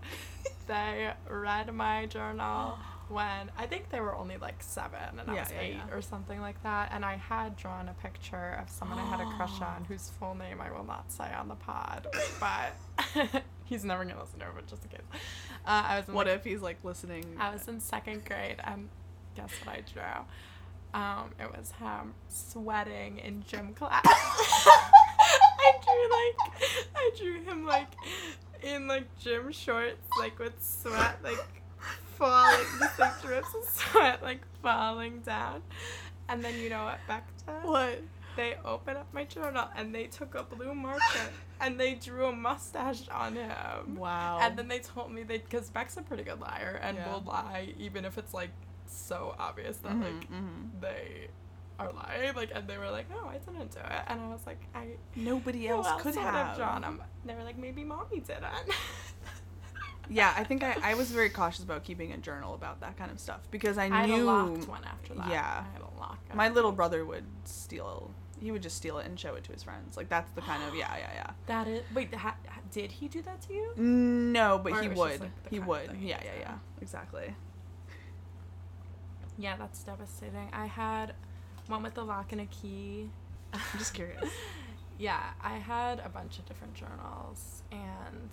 [SPEAKER 2] they read my journal when I think they were only like seven and I
[SPEAKER 1] Yeah,
[SPEAKER 2] was
[SPEAKER 1] yeah,
[SPEAKER 2] eight
[SPEAKER 1] yeah.
[SPEAKER 2] or something like that. And I had drawn a picture of someone I had a crush on whose full name I will not say on the pod, but he's never gonna listen to it, but just in case. Uh, I was in,
[SPEAKER 1] What
[SPEAKER 2] like,
[SPEAKER 1] if he's like listening?
[SPEAKER 2] I was in second grade, and guess what I drew? Um, it was him sweating in gym class. I drew like, I drew him like in like gym shorts, like with sweat, like falling, just like drips of sweat, like falling down. And then you know what Beck did?
[SPEAKER 1] what?
[SPEAKER 2] They opened up my journal and they took a blue marker and they drew a mustache on him.
[SPEAKER 1] Wow.
[SPEAKER 2] And then they told me they because Beck's a pretty good liar and
[SPEAKER 1] Yeah.
[SPEAKER 2] will lie even if it's like so obvious that
[SPEAKER 1] Mhm,
[SPEAKER 2] like
[SPEAKER 1] mhm.
[SPEAKER 2] they are lying. Like and they were like, no, I didn't do it. And I was like, I
[SPEAKER 1] nobody
[SPEAKER 2] who
[SPEAKER 1] else
[SPEAKER 2] else
[SPEAKER 1] could
[SPEAKER 2] would
[SPEAKER 1] have.
[SPEAKER 2] drawn him. And they were like, maybe mommy did it.
[SPEAKER 1] Yeah, I think I, I was very cautious about keeping a journal about that kind of stuff because I
[SPEAKER 2] I, had a
[SPEAKER 1] knew
[SPEAKER 2] locked one after that.
[SPEAKER 1] yeah.
[SPEAKER 2] I had a locked.
[SPEAKER 1] my little brother would steal. He would just steal it and show it to his friends. Like that's the kind of yeah, yeah, yeah.
[SPEAKER 2] That is wait. Ha, ha- did he do that to you?
[SPEAKER 1] No, but
[SPEAKER 2] Or it
[SPEAKER 1] he
[SPEAKER 2] was
[SPEAKER 1] would.
[SPEAKER 2] just, like, the
[SPEAKER 1] he
[SPEAKER 2] kind of
[SPEAKER 1] would.
[SPEAKER 2] thing he
[SPEAKER 1] Yeah,
[SPEAKER 2] was
[SPEAKER 1] yeah,
[SPEAKER 2] doing.
[SPEAKER 1] yeah. Exactly.
[SPEAKER 2] Yeah, that's devastating. I had one with a lock and a key.
[SPEAKER 1] I'm just curious.
[SPEAKER 2] Yeah, I had a bunch of different journals, and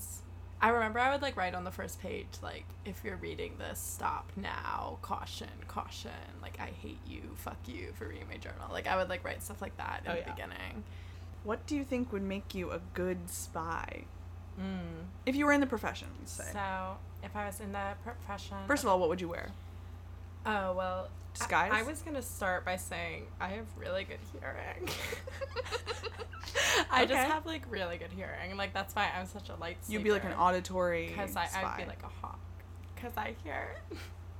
[SPEAKER 2] I remember I would like write on the first page like, "If you're reading this, stop now. Caution, caution. Like, I hate you. Fuck you for reading my journal." Like, I would like write stuff like that in
[SPEAKER 1] Oh,
[SPEAKER 2] the
[SPEAKER 1] yeah.
[SPEAKER 2] beginning.
[SPEAKER 1] What do you think would make you a good spy?
[SPEAKER 2] Mm.
[SPEAKER 1] If you were in the profession, let's say.
[SPEAKER 2] So, if I was in the profession,
[SPEAKER 1] First of all, what would you wear?
[SPEAKER 2] oh well, I-
[SPEAKER 1] Disguise?
[SPEAKER 2] I, was gonna start by saying I have really good hearing. I just
[SPEAKER 1] Okay.
[SPEAKER 2] have like really good hearing. Like that's why I'm such a light.
[SPEAKER 1] You'd be like an
[SPEAKER 2] sleeper.
[SPEAKER 1] auditory
[SPEAKER 2] Because I,
[SPEAKER 1] spy.
[SPEAKER 2] I'd be like a hawk. Because I hear.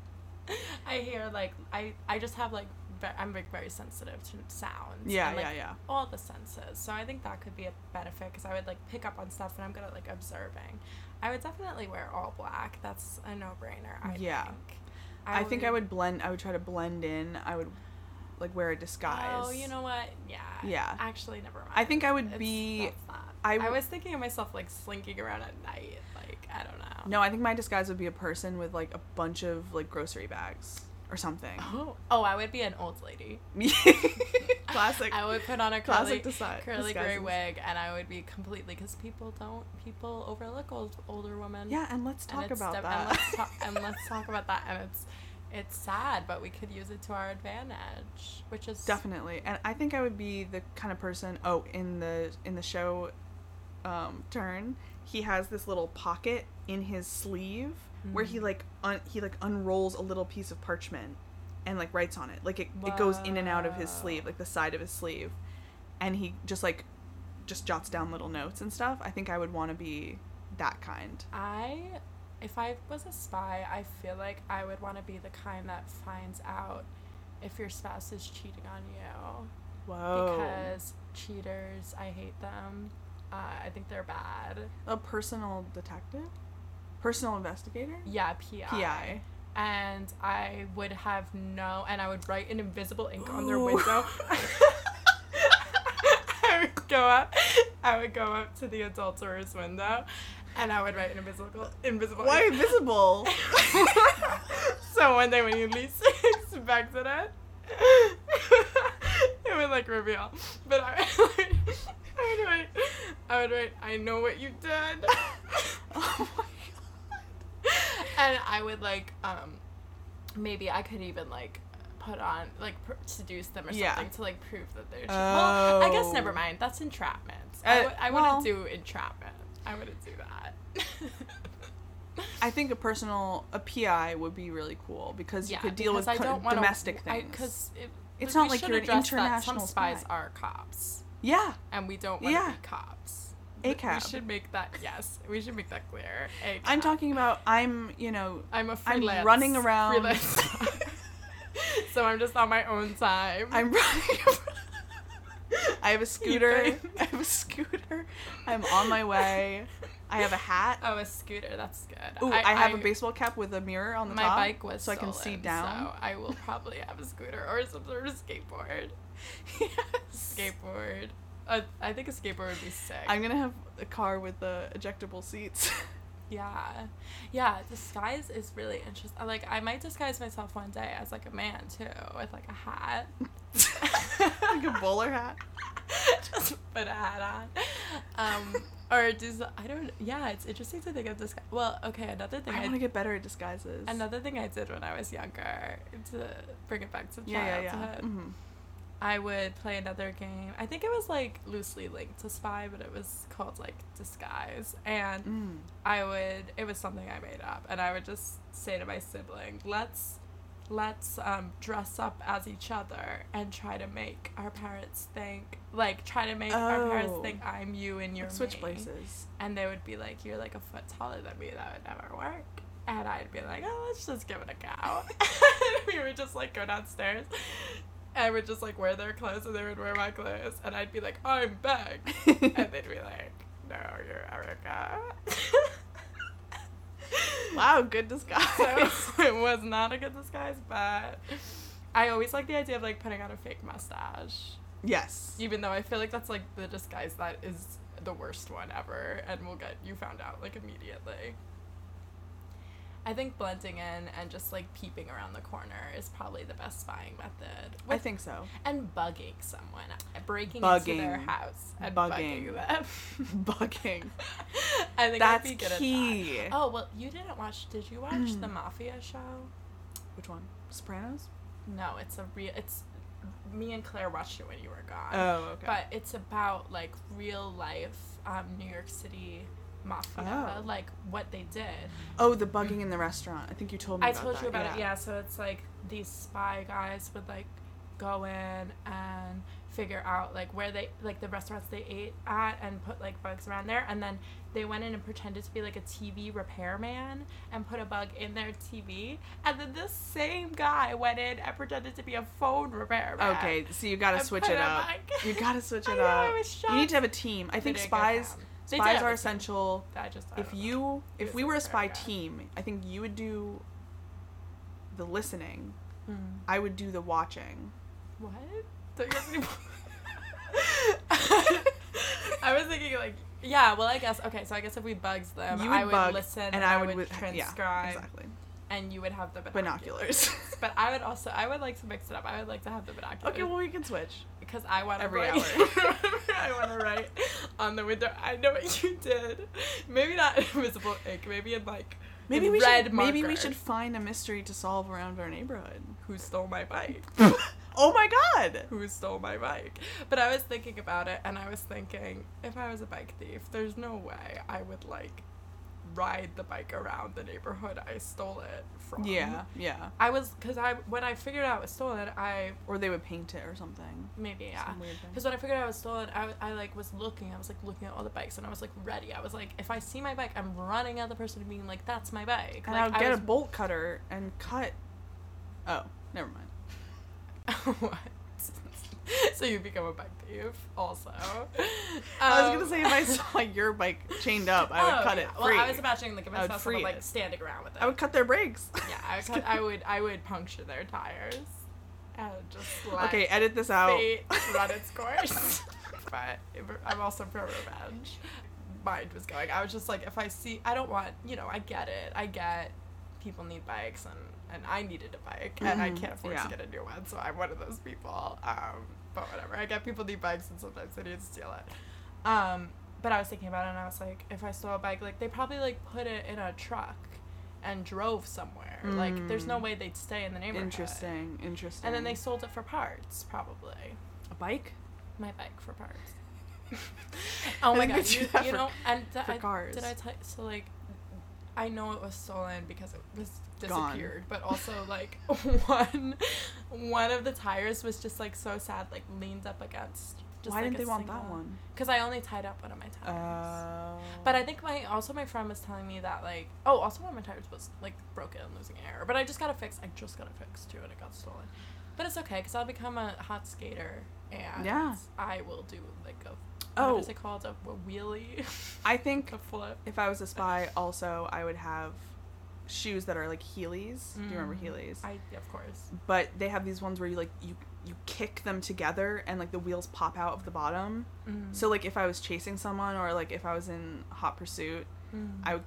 [SPEAKER 2] I hear, like, I, I just have, like, ve- I'm like, very sensitive to sounds.
[SPEAKER 1] yeah,
[SPEAKER 2] and, like,
[SPEAKER 1] yeah, yeah.
[SPEAKER 2] All the senses. So I think that could be a benefit because I would, like, pick up on stuff and I'm good at, like, observing. I would definitely wear all black. That's a no brainer, I
[SPEAKER 1] Yeah.
[SPEAKER 2] think.
[SPEAKER 1] I, think I would blend. I would try to blend in. I would like wear a disguise.
[SPEAKER 2] Oh, you know what? Yeah.
[SPEAKER 1] Yeah.
[SPEAKER 2] Actually, never mind.
[SPEAKER 1] I think I would
[SPEAKER 2] It's-
[SPEAKER 1] be.
[SPEAKER 2] that's not-
[SPEAKER 1] I
[SPEAKER 2] I
[SPEAKER 1] w-
[SPEAKER 2] was thinking of myself, like, slinking around at night. Like, I don't know.
[SPEAKER 1] No, I think my disguise would be a person with like a bunch of like grocery bags or something.
[SPEAKER 2] Oh, oh, I would be an old lady.
[SPEAKER 1] Classic.
[SPEAKER 2] I would put on a curly,
[SPEAKER 1] Classic deci-
[SPEAKER 2] curly gray
[SPEAKER 1] disguises.
[SPEAKER 2] wig, and I would be completely because people don't people overlook old older women.
[SPEAKER 1] Yeah, and let's
[SPEAKER 2] and
[SPEAKER 1] talk
[SPEAKER 2] it's
[SPEAKER 1] about
[SPEAKER 2] de-
[SPEAKER 1] that.
[SPEAKER 2] And let's, talk, and let's talk about that. And it's it's sad, but we could use it to our advantage, which is
[SPEAKER 1] Definitely, and I think I would be the kind of person. Oh, in the in the show, um, turn he has this little pocket in his sleeve where he
[SPEAKER 2] Mhm.
[SPEAKER 1] like un- he like unrolls a little piece of parchment and like writes on it. Like it, it goes in and out of his
[SPEAKER 2] Wow.
[SPEAKER 1] sleeve, like the side of his sleeve, and he just like just jots down little notes and stuff. I think I would want to be that kind.
[SPEAKER 2] I, if I was a spy, I feel like I would want to be the kind that finds out if your spouse is cheating on you.
[SPEAKER 1] Whoa,
[SPEAKER 2] Because cheaters, I hate them. Uh, I think they're bad.
[SPEAKER 1] a personal detective, personal investigator,
[SPEAKER 2] Yeah, PI.
[SPEAKER 1] PI.
[SPEAKER 2] and I would have no, and I would write in invisible ink on their
[SPEAKER 1] Ooh.
[SPEAKER 2] window. I would go up, I would go up to the adulterer's window, and I would write in invisible, invisible.
[SPEAKER 1] Why
[SPEAKER 2] ink.
[SPEAKER 1] invisible?
[SPEAKER 2] so one day when you least expected it, it would like reveal. But I would, like, I would write, I would write, I know what you did.
[SPEAKER 1] Oh my
[SPEAKER 2] and I would like, um, maybe I could even like put on like pr- seduce them or something
[SPEAKER 1] Yeah.
[SPEAKER 2] to like prove that they're. Well, I guess never
[SPEAKER 1] Oh.
[SPEAKER 2] mind. That's entrapment.
[SPEAKER 1] Uh,
[SPEAKER 2] I w- I
[SPEAKER 1] well-
[SPEAKER 2] wouldn't do entrapment. I wouldn't do that.
[SPEAKER 1] I think a personal a PI would be really cool because you could deal with
[SPEAKER 2] because
[SPEAKER 1] co- domestic things.
[SPEAKER 2] Because I- 'cause it-
[SPEAKER 1] It's
[SPEAKER 2] we
[SPEAKER 1] not like
[SPEAKER 2] should
[SPEAKER 1] you're an
[SPEAKER 2] address that
[SPEAKER 1] international
[SPEAKER 2] Some spies
[SPEAKER 1] spy.
[SPEAKER 2] are cops,
[SPEAKER 1] yeah,
[SPEAKER 2] and we don't want to
[SPEAKER 1] Yeah.
[SPEAKER 2] be cops.
[SPEAKER 1] A
[SPEAKER 2] Th- We
[SPEAKER 1] cab.
[SPEAKER 2] should make that yes. We should make that clear. A
[SPEAKER 1] I'm
[SPEAKER 2] cab.
[SPEAKER 1] talking about I'm you know
[SPEAKER 2] I'm a
[SPEAKER 1] I'm
[SPEAKER 2] freelance.
[SPEAKER 1] running around-
[SPEAKER 2] freelance spy. so I'm just on my own time.
[SPEAKER 1] I'm running. I have a scooter.
[SPEAKER 2] guys.
[SPEAKER 1] I have a scooter. I'm on my way. I have a hat.
[SPEAKER 2] Oh, a scooter. That's good.
[SPEAKER 1] Ooh, I, have a baseball cap with a mirror on the
[SPEAKER 2] My
[SPEAKER 1] top.
[SPEAKER 2] bike was
[SPEAKER 1] so I can see
[SPEAKER 2] stolen,
[SPEAKER 1] down.
[SPEAKER 2] So I will probably have a scooter or some sort of skateboard.
[SPEAKER 1] Yes.
[SPEAKER 2] Skateboard. Uh, I think a skateboard would be sick.
[SPEAKER 1] I'm gonna have a car with the ejectable seats.
[SPEAKER 2] yeah, yeah. Disguise is really interesting. Like I might disguise myself one day as like a man too, with like a hat.
[SPEAKER 1] like a bowler hat.
[SPEAKER 2] Just put a hat on. Um, or does I don't. Yeah, it's interesting to think of this. Well, okay. Another thing
[SPEAKER 1] I
[SPEAKER 2] I,
[SPEAKER 1] want to get better at disguises.
[SPEAKER 2] another thing I did when I was younger to bring it back to childhood.
[SPEAKER 1] yeah, yeah, yeah. hmm
[SPEAKER 2] I would play another game. I think it was like loosely linked to Spy, but it was called like Disguise. And
[SPEAKER 1] Mm.
[SPEAKER 2] I would it was something I made up and I would just say to my sibling, "Let's let's um, dress up as each other and try to make our parents think like try to make our parents
[SPEAKER 1] Oh.
[SPEAKER 2] think I'm you and you're
[SPEAKER 1] Like switch
[SPEAKER 2] me."
[SPEAKER 1] places.
[SPEAKER 2] And they would be like, "You're like a foot taller than me. That would never work." And I'd be like, "Oh, let's just give it a go." we would just like go downstairs. I would just like wear their clothes and they would wear my clothes and I'd be like, "I'm back." and they'd be like, "No, you're Erica."
[SPEAKER 1] wow, good disguise.
[SPEAKER 2] So it was not a good disguise, but I always like the idea of like putting on a fake mustache,
[SPEAKER 1] yes.
[SPEAKER 2] even though I feel like that's like the disguise that is the worst one ever, and will get you found out like immediately. I think blending in and just like peeping around the corner is probably the best spying method.
[SPEAKER 1] I
[SPEAKER 2] With-
[SPEAKER 1] think so.
[SPEAKER 2] and bugging someone, uh, breaking into their
[SPEAKER 1] Bugging.
[SPEAKER 2] house and
[SPEAKER 1] Bugging.
[SPEAKER 2] bugging, them.
[SPEAKER 1] Bugging.
[SPEAKER 2] I think I'd
[SPEAKER 1] That's
[SPEAKER 2] be good at
[SPEAKER 1] key.
[SPEAKER 2] that. Oh well, you didn't watch? Did you watch the Mafia show?
[SPEAKER 1] Which one? Sopranos?
[SPEAKER 2] No, it's a real. It's me and Claire watched it when you were gone.
[SPEAKER 1] Oh, okay.
[SPEAKER 2] But it's about like real life um, New York City mafia,
[SPEAKER 1] Oh.
[SPEAKER 2] like what they did.
[SPEAKER 1] oh, the bugging in the restaurant. I think you told me
[SPEAKER 2] I
[SPEAKER 1] about
[SPEAKER 2] told
[SPEAKER 1] that,
[SPEAKER 2] you about it. Yeah, so it's like these spy guys would like go in and figure out like where they like the restaurants they ate at and put like bugs around there and then they went in and pretended to be like a TV repairman and put a bug in their TV and then this same guy went in and pretended to be a phone repairman.
[SPEAKER 1] Okay, so you gotta
[SPEAKER 2] and
[SPEAKER 1] switch
[SPEAKER 2] put
[SPEAKER 1] it
[SPEAKER 2] a
[SPEAKER 1] up.
[SPEAKER 2] bug.
[SPEAKER 1] You gotta switch
[SPEAKER 2] I
[SPEAKER 1] it
[SPEAKER 2] know,
[SPEAKER 1] up.
[SPEAKER 2] I was
[SPEAKER 1] You need
[SPEAKER 2] shocked.
[SPEAKER 1] to have a team. I think
[SPEAKER 2] They did go
[SPEAKER 1] spies
[SPEAKER 2] down. They did
[SPEAKER 1] spies
[SPEAKER 2] have
[SPEAKER 1] are
[SPEAKER 2] a team.
[SPEAKER 1] essential.
[SPEAKER 2] I just I
[SPEAKER 1] If
[SPEAKER 2] don't know.
[SPEAKER 1] you
[SPEAKER 2] It
[SPEAKER 1] if
[SPEAKER 2] was
[SPEAKER 1] we
[SPEAKER 2] a
[SPEAKER 1] were a spy
[SPEAKER 2] paragraph.
[SPEAKER 1] team, I think you would do the listening.
[SPEAKER 2] Mm.
[SPEAKER 1] I would do the watching.
[SPEAKER 2] What? Don't you have any I was thinking like yeah, well I guess okay, so I guess if we bugs them,
[SPEAKER 1] you
[SPEAKER 2] Um, I would
[SPEAKER 1] bug,
[SPEAKER 2] listen and, I would,
[SPEAKER 1] wi- yeah,
[SPEAKER 2] transcribe
[SPEAKER 1] exactly.
[SPEAKER 2] and you would have the
[SPEAKER 1] Binoculars.
[SPEAKER 2] binoculars. but I would also I would like to mix it up. I would like to have the binoculars.
[SPEAKER 1] okay, well we can switch.
[SPEAKER 2] because I want to
[SPEAKER 1] every
[SPEAKER 2] write.
[SPEAKER 1] hour.
[SPEAKER 2] I want to write on the window. I know what you did. Maybe not invisible ink. Maybe in like
[SPEAKER 1] Maybe we
[SPEAKER 2] red
[SPEAKER 1] should maybe we
[SPEAKER 2] marker.
[SPEAKER 1] should find a mystery to solve around our neighborhood.
[SPEAKER 2] who stole my bike.
[SPEAKER 1] oh my god.
[SPEAKER 2] who stole my bike. But I was thinking about it and I was thinking if I was a bike thief, there's no way I would like ride the bike around the neighborhood I stole it from.
[SPEAKER 1] Yeah, yeah.
[SPEAKER 2] I was cuz I when I figured out it was stolen, I
[SPEAKER 1] Or they would paint it or something.
[SPEAKER 2] maybe yeah.
[SPEAKER 1] Some weird thing.
[SPEAKER 2] Because when I figured out it was stolen, I, w- I like was looking. I was like looking at all the bikes, and I was like ready. I was like, if I see my bike, I'm running at the person and being like, "That's my bike."
[SPEAKER 1] And
[SPEAKER 2] like,
[SPEAKER 1] I'll get
[SPEAKER 2] was
[SPEAKER 1] a bolt cutter and cut. Oh, never mind.
[SPEAKER 2] what? so you become a bike thief, also.
[SPEAKER 1] I was
[SPEAKER 2] Um,
[SPEAKER 1] gonna say if I saw your bike chained up, I would
[SPEAKER 2] Oh,
[SPEAKER 1] cut
[SPEAKER 2] yeah.
[SPEAKER 1] it free.
[SPEAKER 2] Well, I was imagining like if
[SPEAKER 1] I
[SPEAKER 2] I
[SPEAKER 1] would
[SPEAKER 2] saw someone
[SPEAKER 1] free
[SPEAKER 2] like
[SPEAKER 1] it.
[SPEAKER 2] standing around with it.
[SPEAKER 1] I would cut their brakes.
[SPEAKER 2] yeah, I would, cut, I would. I would puncture their tires and just let
[SPEAKER 1] okay, edit this out.
[SPEAKER 2] fate run its course. but I'm also pro revenge. Mind was going. I was just like, if I see, I don't want. You know, I get it. I get people need bikes, and and I needed a bike, and I
[SPEAKER 1] Mhm,
[SPEAKER 2] can't afford
[SPEAKER 1] yeah.
[SPEAKER 2] to get a new one, so I'm one of those people. Um, but whatever. I get people need bikes, and sometimes they need to steal it. Um, but I was thinking about it, and I was like, if I stole a bike, like they probably like put it in a truck and drove somewhere. Like, there's no
[SPEAKER 1] Mm.
[SPEAKER 2] way they'd stay in the neighborhood.
[SPEAKER 1] Interesting, interesting.
[SPEAKER 2] And then they sold it for parts, probably.
[SPEAKER 1] a bike
[SPEAKER 2] My bike for parts. oh
[SPEAKER 1] I
[SPEAKER 2] my
[SPEAKER 1] think
[SPEAKER 2] god!
[SPEAKER 1] they do
[SPEAKER 2] You,
[SPEAKER 1] that
[SPEAKER 2] you
[SPEAKER 1] for-
[SPEAKER 2] know, and th-
[SPEAKER 1] for
[SPEAKER 2] I,
[SPEAKER 1] cars.
[SPEAKER 2] Did I tell? So like, I know it was stolen because it was
[SPEAKER 1] Gone.
[SPEAKER 2] disappeared, but also like one one of the tires was just like so sad, like leaned up against. Just,
[SPEAKER 1] Why
[SPEAKER 2] like,
[SPEAKER 1] didn't
[SPEAKER 2] a
[SPEAKER 1] they want that
[SPEAKER 2] single-
[SPEAKER 1] one?
[SPEAKER 2] Because I only tied up one of my tires.
[SPEAKER 1] Uh,
[SPEAKER 2] but I think my also my friend was telling me that like oh also one of my tires was like broken and losing air, but I just got it fixed. I just got it fixed too, and it got stolen. But it's okay because I'll become a hot skater and
[SPEAKER 1] Yeah.
[SPEAKER 2] I will do like a
[SPEAKER 1] Oh.
[SPEAKER 2] what is it called a, a wheelie,
[SPEAKER 1] I think
[SPEAKER 2] a flip.
[SPEAKER 1] if I was a spy, also I would have shoes that are like Heelys. Do you remember
[SPEAKER 2] Mm.
[SPEAKER 1] Heelys?
[SPEAKER 2] I of course.
[SPEAKER 1] But they have these ones where you like you you kick them together and like the wheels pop out of the bottom.
[SPEAKER 2] Mm.
[SPEAKER 1] So like if I was chasing someone or like if I was in hot pursuit,
[SPEAKER 2] Mm.
[SPEAKER 1] I would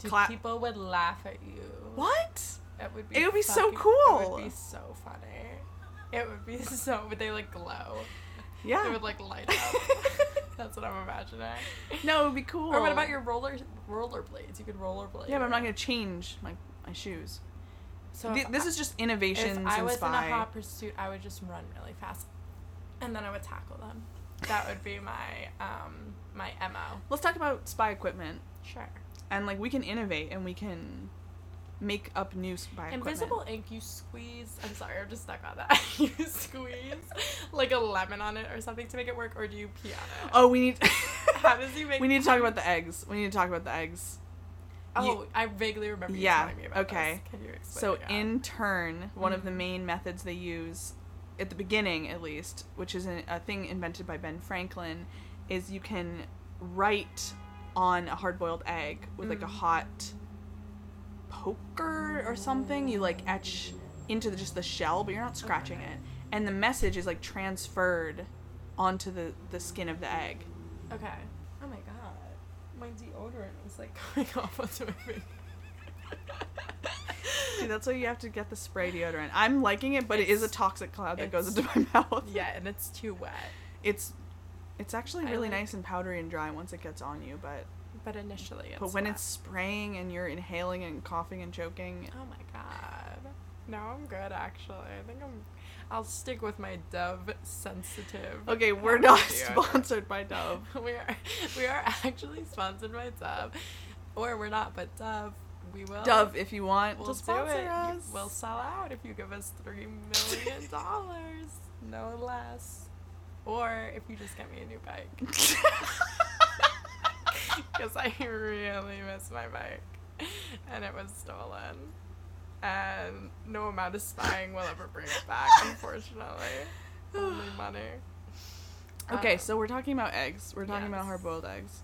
[SPEAKER 2] Dude,
[SPEAKER 1] clap-
[SPEAKER 2] people would laugh at you.
[SPEAKER 1] what?
[SPEAKER 2] It would be.
[SPEAKER 1] It would be so
[SPEAKER 2] fucking- It
[SPEAKER 1] cool.
[SPEAKER 2] would be so funny. It would be so. Would they like glow? They
[SPEAKER 1] Yeah.
[SPEAKER 2] would like light up. That's what I'm imagining.
[SPEAKER 1] no, it would be cool.
[SPEAKER 2] Or what about your roller rollerblades? You could rollerblade.
[SPEAKER 1] Yeah, but I'm not gonna change my my shoes.
[SPEAKER 2] So
[SPEAKER 1] Th-
[SPEAKER 2] if
[SPEAKER 1] this
[SPEAKER 2] I-
[SPEAKER 1] is just innovations
[SPEAKER 2] If I
[SPEAKER 1] in
[SPEAKER 2] was
[SPEAKER 1] spy.
[SPEAKER 2] in a hot pursuit, I would just run really fast, and then I would tackle them. That would be my um my mo.
[SPEAKER 1] Let's talk about spy equipment
[SPEAKER 2] Sure.
[SPEAKER 1] and like we can innovate and we can make up new spy
[SPEAKER 2] Invisible
[SPEAKER 1] equipment.
[SPEAKER 2] ink, you squeeze. I'm sorry, I'm just stuck on that. you squeeze like a lemon on it or something to make it work, or do you pee on it?
[SPEAKER 1] Oh, we need.
[SPEAKER 2] How does he make-
[SPEAKER 1] We need to talk about the eggs. We need to talk about the eggs.
[SPEAKER 2] Oh,
[SPEAKER 1] you-
[SPEAKER 2] I vaguely remember you
[SPEAKER 1] Yeah,
[SPEAKER 2] telling me about
[SPEAKER 1] okay.
[SPEAKER 2] this. Can you explain?
[SPEAKER 1] So
[SPEAKER 2] it now?
[SPEAKER 1] in turn, one of the
[SPEAKER 2] Mhm.
[SPEAKER 1] main methods they use, at the beginning at least, which is an- a thing invented by Ben Franklin, is you can write on a hard-boiled egg with like a
[SPEAKER 2] Mm.
[SPEAKER 1] hot poker or something. You like etch into the, just the shell, but you're not scratching
[SPEAKER 2] Okay.
[SPEAKER 1] it, and the message is like transferred onto the the skin of the egg.
[SPEAKER 2] Okay. Oh my god. My deodorant was like going off onto my face.
[SPEAKER 1] See, that's why you have to get the spray deodorant. I'm liking it, but it is a
[SPEAKER 2] It's-
[SPEAKER 1] toxic cloud that goes
[SPEAKER 2] it's-
[SPEAKER 1] into my mouth.
[SPEAKER 2] Yeah, and it's too wet.
[SPEAKER 1] It's it's actually
[SPEAKER 2] I
[SPEAKER 1] really
[SPEAKER 2] like-
[SPEAKER 1] nice and powdery and dry once it gets on you, but
[SPEAKER 2] But initially, it's
[SPEAKER 1] but when
[SPEAKER 2] wet.
[SPEAKER 1] it's spraying and you're inhaling and coughing and choking,
[SPEAKER 2] oh my god. No, I'm good actually. I think I'm. I'll stick with my Dove sensitive.
[SPEAKER 1] okay, we're not
[SPEAKER 2] deodorant.
[SPEAKER 1] sponsored by Dove.
[SPEAKER 2] we are. We are actually sponsored by Dove, or we're not, but Dove. We will.
[SPEAKER 1] Dove, if you want
[SPEAKER 2] Oh. We'll
[SPEAKER 1] to
[SPEAKER 2] do
[SPEAKER 1] sponsor
[SPEAKER 2] it. You-
[SPEAKER 1] us,
[SPEAKER 2] We'll sell out if you give us three million dollars, no less. Or if you just get me a new bike, because I really miss my bike, and it was stolen, and no amount of spying will ever bring it back. Unfortunately, only money.
[SPEAKER 1] okay,
[SPEAKER 2] Um,
[SPEAKER 1] so we're talking about eggs. We're talking about
[SPEAKER 2] yes.
[SPEAKER 1] hard-boiled eggs.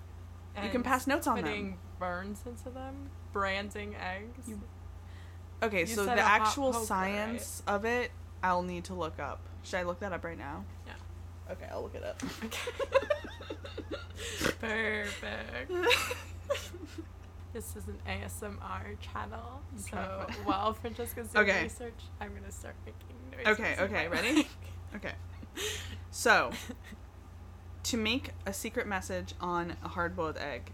[SPEAKER 1] you can
[SPEAKER 2] and
[SPEAKER 1] pass notes on
[SPEAKER 2] putting
[SPEAKER 1] them.
[SPEAKER 2] burns into them, branding eggs.
[SPEAKER 1] You- Okay,
[SPEAKER 2] you
[SPEAKER 1] so
[SPEAKER 2] said
[SPEAKER 1] the
[SPEAKER 2] a hot
[SPEAKER 1] actual
[SPEAKER 2] poker, right?
[SPEAKER 1] science of it, I'll need to look up. Should I look that up right now?
[SPEAKER 2] Yeah.
[SPEAKER 1] Okay, I'll look it up.
[SPEAKER 2] Okay. Perfect. This is an ASMR channel, so
[SPEAKER 1] Okay.
[SPEAKER 2] while Francesca's doing
[SPEAKER 1] Okay.
[SPEAKER 2] research, I'm gonna start making noises.
[SPEAKER 1] Okay,
[SPEAKER 2] in my
[SPEAKER 1] okay, ready?
[SPEAKER 2] mic.
[SPEAKER 1] okay. So, to make a secret message on a hard boiled egg,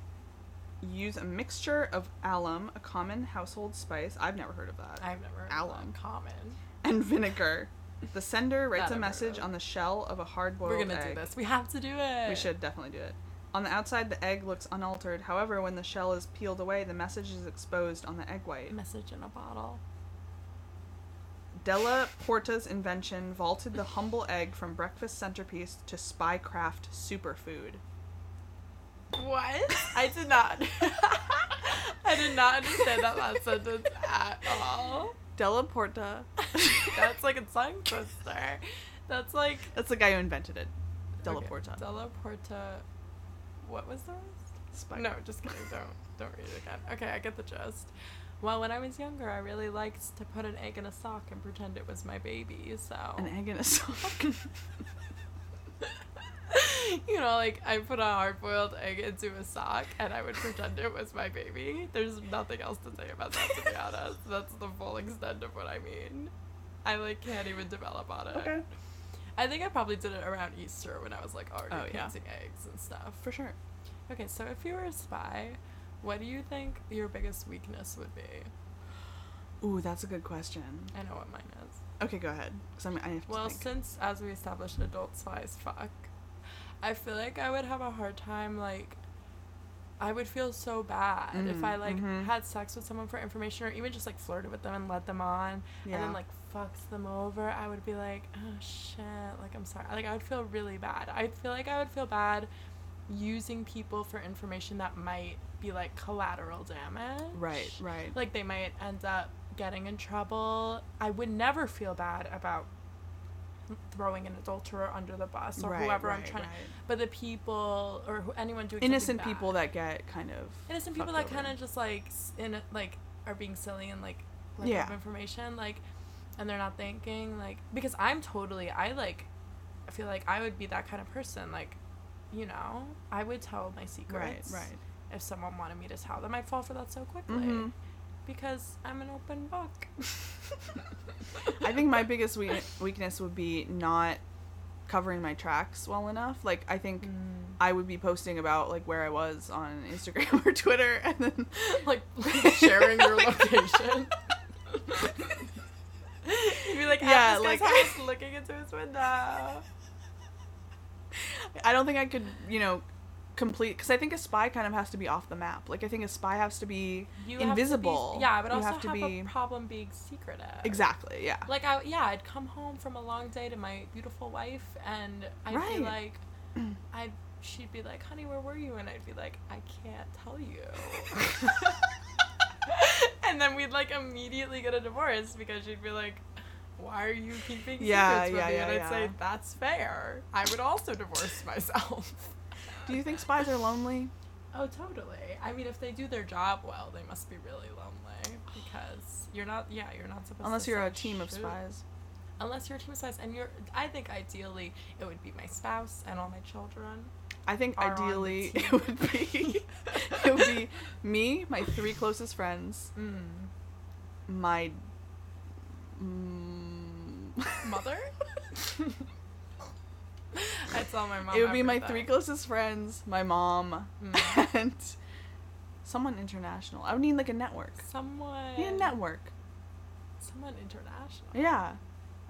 [SPEAKER 1] use a mixture of alum, a common household spice, I've never heard of that,
[SPEAKER 2] I've never heard
[SPEAKER 1] Alum.
[SPEAKER 2] Alum. common.
[SPEAKER 1] and vinegar. The sender writes a
[SPEAKER 2] That I've heard
[SPEAKER 1] message
[SPEAKER 2] of.
[SPEAKER 1] on the shell of a hard boiled
[SPEAKER 2] We're
[SPEAKER 1] egg.
[SPEAKER 2] gonna do this. We have to do it.
[SPEAKER 1] We should definitely do it. On the outside, the egg looks unaltered. However, when the shell is peeled away, the message is exposed on the egg white.
[SPEAKER 2] Message in a bottle.
[SPEAKER 1] Della Porta's invention vaulted the humble egg from breakfast centerpiece to spycraft superfood.
[SPEAKER 2] What? I did not. I did not understand that last sentence at all.
[SPEAKER 1] Della Porta.
[SPEAKER 2] That's like a tongue twister. That's like
[SPEAKER 1] That's the guy who invented it. Della
[SPEAKER 2] Okay,
[SPEAKER 1] Porta.
[SPEAKER 2] Della Porta. What was the rest?
[SPEAKER 1] Spy-
[SPEAKER 2] No, just kidding. Don't don't read it again. Okay, I get the gist. Well, when I was younger, I really liked to put an egg in a sock and pretend it was my baby. So,
[SPEAKER 1] An egg in a sock.
[SPEAKER 2] you know, like I put a hard-boiled egg into a sock and I would pretend it was my baby. There's nothing else to say about that, to be honest. That's the full extent of what I mean. I like can't even develop on it.
[SPEAKER 1] okay.
[SPEAKER 2] I think I probably did it around Easter when I was like already
[SPEAKER 1] Oh, yeah.
[SPEAKER 2] painting eggs and stuff.
[SPEAKER 1] For sure.
[SPEAKER 2] Okay, so if you were a spy, what do you think your biggest weakness would be?
[SPEAKER 1] Ooh, that's a good question.
[SPEAKER 2] I know what mine is.
[SPEAKER 1] Okay, go ahead. 'cause I'm, I have to
[SPEAKER 2] Well,
[SPEAKER 1] think.
[SPEAKER 2] since as we established, adult spies fuck, I feel like I would have a hard time like. I would feel so bad if
[SPEAKER 1] Mm,
[SPEAKER 2] I like
[SPEAKER 1] mhm.
[SPEAKER 2] had sex with someone for information or even just like flirted with them and led them on
[SPEAKER 1] yeah.
[SPEAKER 2] and then like fucks them over. I would be like, oh shit, like I'm sorry. Like I would feel really bad. I feel like I would feel bad using people for information that might be like collateral damage.
[SPEAKER 1] right, right.
[SPEAKER 2] like they might end up getting in trouble. I would never feel bad about throwing an adulterer under the bus or
[SPEAKER 1] Right,
[SPEAKER 2] whoever I'm
[SPEAKER 1] right,
[SPEAKER 2] trying
[SPEAKER 1] right.
[SPEAKER 2] to. But the people or who, anyone doing something
[SPEAKER 1] innocent
[SPEAKER 2] bad.
[SPEAKER 1] people that get kind of
[SPEAKER 2] innocent people that
[SPEAKER 1] fucked
[SPEAKER 2] kind
[SPEAKER 1] over.
[SPEAKER 2] of just like s- in like are being silly and like look
[SPEAKER 1] Yeah.
[SPEAKER 2] up information like and they're not thinking like because I'm totally I like I feel like I would be that kind of person like you know I would tell my
[SPEAKER 1] right
[SPEAKER 2] secrets
[SPEAKER 1] right
[SPEAKER 2] if someone wanted me to tell them I'd fall for that so quickly
[SPEAKER 1] Mhm.
[SPEAKER 2] because I'm an open book
[SPEAKER 1] I think my biggest we- weakness would be not covering my tracks well enough. Like I think
[SPEAKER 2] Mm.
[SPEAKER 1] I would be posting about like where I was on Instagram or Twitter, and then
[SPEAKER 2] like sharing your location you'd be like
[SPEAKER 1] Yeah,
[SPEAKER 2] yeah like
[SPEAKER 1] like-
[SPEAKER 2] house, looking into his window
[SPEAKER 1] I don't think I could, you know, complete because I think a spy kind of has to be off the map. Like I think a spy has to be
[SPEAKER 2] you Have
[SPEAKER 1] invisible.
[SPEAKER 2] to be, yeah, but
[SPEAKER 1] You
[SPEAKER 2] also
[SPEAKER 1] have to
[SPEAKER 2] have,
[SPEAKER 1] be-
[SPEAKER 2] a problem being secretive.
[SPEAKER 1] exactly yeah.
[SPEAKER 2] Like I, yeah, I'd come home from a long day to my beautiful wife, and I'd
[SPEAKER 1] Right.
[SPEAKER 2] be like, I, she'd be like, "Honey, where were you?" And I'd be like, "I can't tell you." and then we'd like immediately get a divorce because she'd be like. Why are you keeping
[SPEAKER 1] Yeah,
[SPEAKER 2] secrets from
[SPEAKER 1] yeah,
[SPEAKER 2] me?
[SPEAKER 1] yeah,
[SPEAKER 2] and I'd
[SPEAKER 1] yeah.
[SPEAKER 2] say that's fair. I would also divorce myself.
[SPEAKER 1] Do you think spies are lonely?
[SPEAKER 2] Oh, totally. I mean, if they do their job well, they must be really lonely because you're not. Yeah, you're not supposed.
[SPEAKER 1] Unless
[SPEAKER 2] to
[SPEAKER 1] you're a
[SPEAKER 2] say
[SPEAKER 1] team of
[SPEAKER 2] shit.
[SPEAKER 1] spies.
[SPEAKER 2] Unless you're a team of spies, and you're. I think ideally it would be my spouse and all my children.
[SPEAKER 1] I think
[SPEAKER 2] Are on the
[SPEAKER 1] ideally
[SPEAKER 2] team.
[SPEAKER 1] it would be it would be me, my three closest friends,
[SPEAKER 2] Mm.
[SPEAKER 1] my mm,
[SPEAKER 2] Mother. I tell my mom.
[SPEAKER 1] it would be my three
[SPEAKER 2] everything.
[SPEAKER 1] closest friends, my mom,
[SPEAKER 2] Mm.
[SPEAKER 1] and someone international. I would need like a network.
[SPEAKER 2] Someone.
[SPEAKER 1] I need a network.
[SPEAKER 2] Someone international.
[SPEAKER 1] Yeah,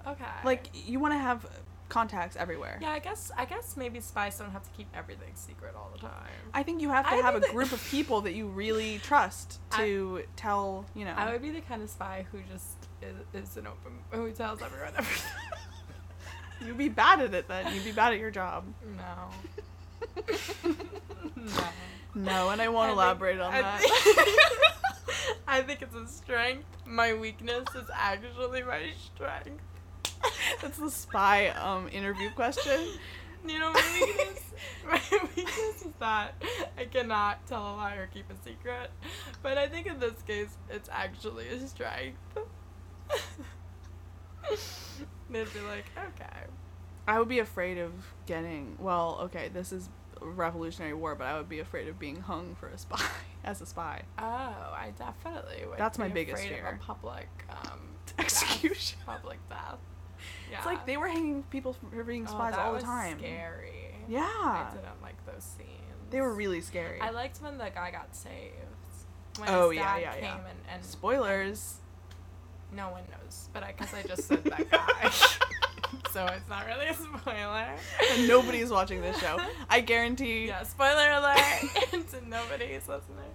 [SPEAKER 2] Okay.
[SPEAKER 1] like you want to have contacts everywhere.
[SPEAKER 2] Yeah, I guess. I guess maybe spies don't have to keep everything secret all the time.
[SPEAKER 1] I think you have to
[SPEAKER 2] I
[SPEAKER 1] have a
[SPEAKER 2] think that-
[SPEAKER 1] group of people that you really trust
[SPEAKER 2] I-
[SPEAKER 1] to tell. You know,
[SPEAKER 2] I would be the kind of spy who just is, is an open who tells everyone everything.
[SPEAKER 1] you'd be bad at it. Then you'd be bad at your job.
[SPEAKER 2] no. no.
[SPEAKER 1] No, and I won't
[SPEAKER 2] I think-
[SPEAKER 1] elaborate on
[SPEAKER 2] I
[SPEAKER 1] that.
[SPEAKER 2] think- I think it's a strength. My weakness is actually my strength.
[SPEAKER 1] That's the spy um, interview question.
[SPEAKER 2] You know my weakness. my weakness is that I cannot tell a lie or keep a secret. But I think in this case, it's actually a strength. They'd be like, okay.
[SPEAKER 1] I would be afraid of getting. Well, okay, this is Revolutionary War, but I would be afraid of being hung for a spy as a spy.
[SPEAKER 2] Oh, I definitely would.
[SPEAKER 1] That's my
[SPEAKER 2] be
[SPEAKER 1] biggest
[SPEAKER 2] afraid
[SPEAKER 1] fear.
[SPEAKER 2] Of a public um,
[SPEAKER 1] Execution.
[SPEAKER 2] death, public death. Yeah.
[SPEAKER 1] It's like they were hanging people for being
[SPEAKER 2] Oh,
[SPEAKER 1] spies
[SPEAKER 2] that
[SPEAKER 1] all the
[SPEAKER 2] was
[SPEAKER 1] time.
[SPEAKER 2] Scary.
[SPEAKER 1] Yeah,
[SPEAKER 2] I didn't like those scenes.
[SPEAKER 1] they were really scary.
[SPEAKER 2] I liked when the guy got saved. When
[SPEAKER 1] Oh,
[SPEAKER 2] his
[SPEAKER 1] yeah,
[SPEAKER 2] dad
[SPEAKER 1] yeah,
[SPEAKER 2] came
[SPEAKER 1] yeah.
[SPEAKER 2] And, and
[SPEAKER 1] Spoilers.
[SPEAKER 2] no one knows, but I guess I just said that guy, so it's not really a spoiler.
[SPEAKER 1] And nobody is watching this show. I guarantee.
[SPEAKER 2] Yeah, spoiler alert to nobody's listening.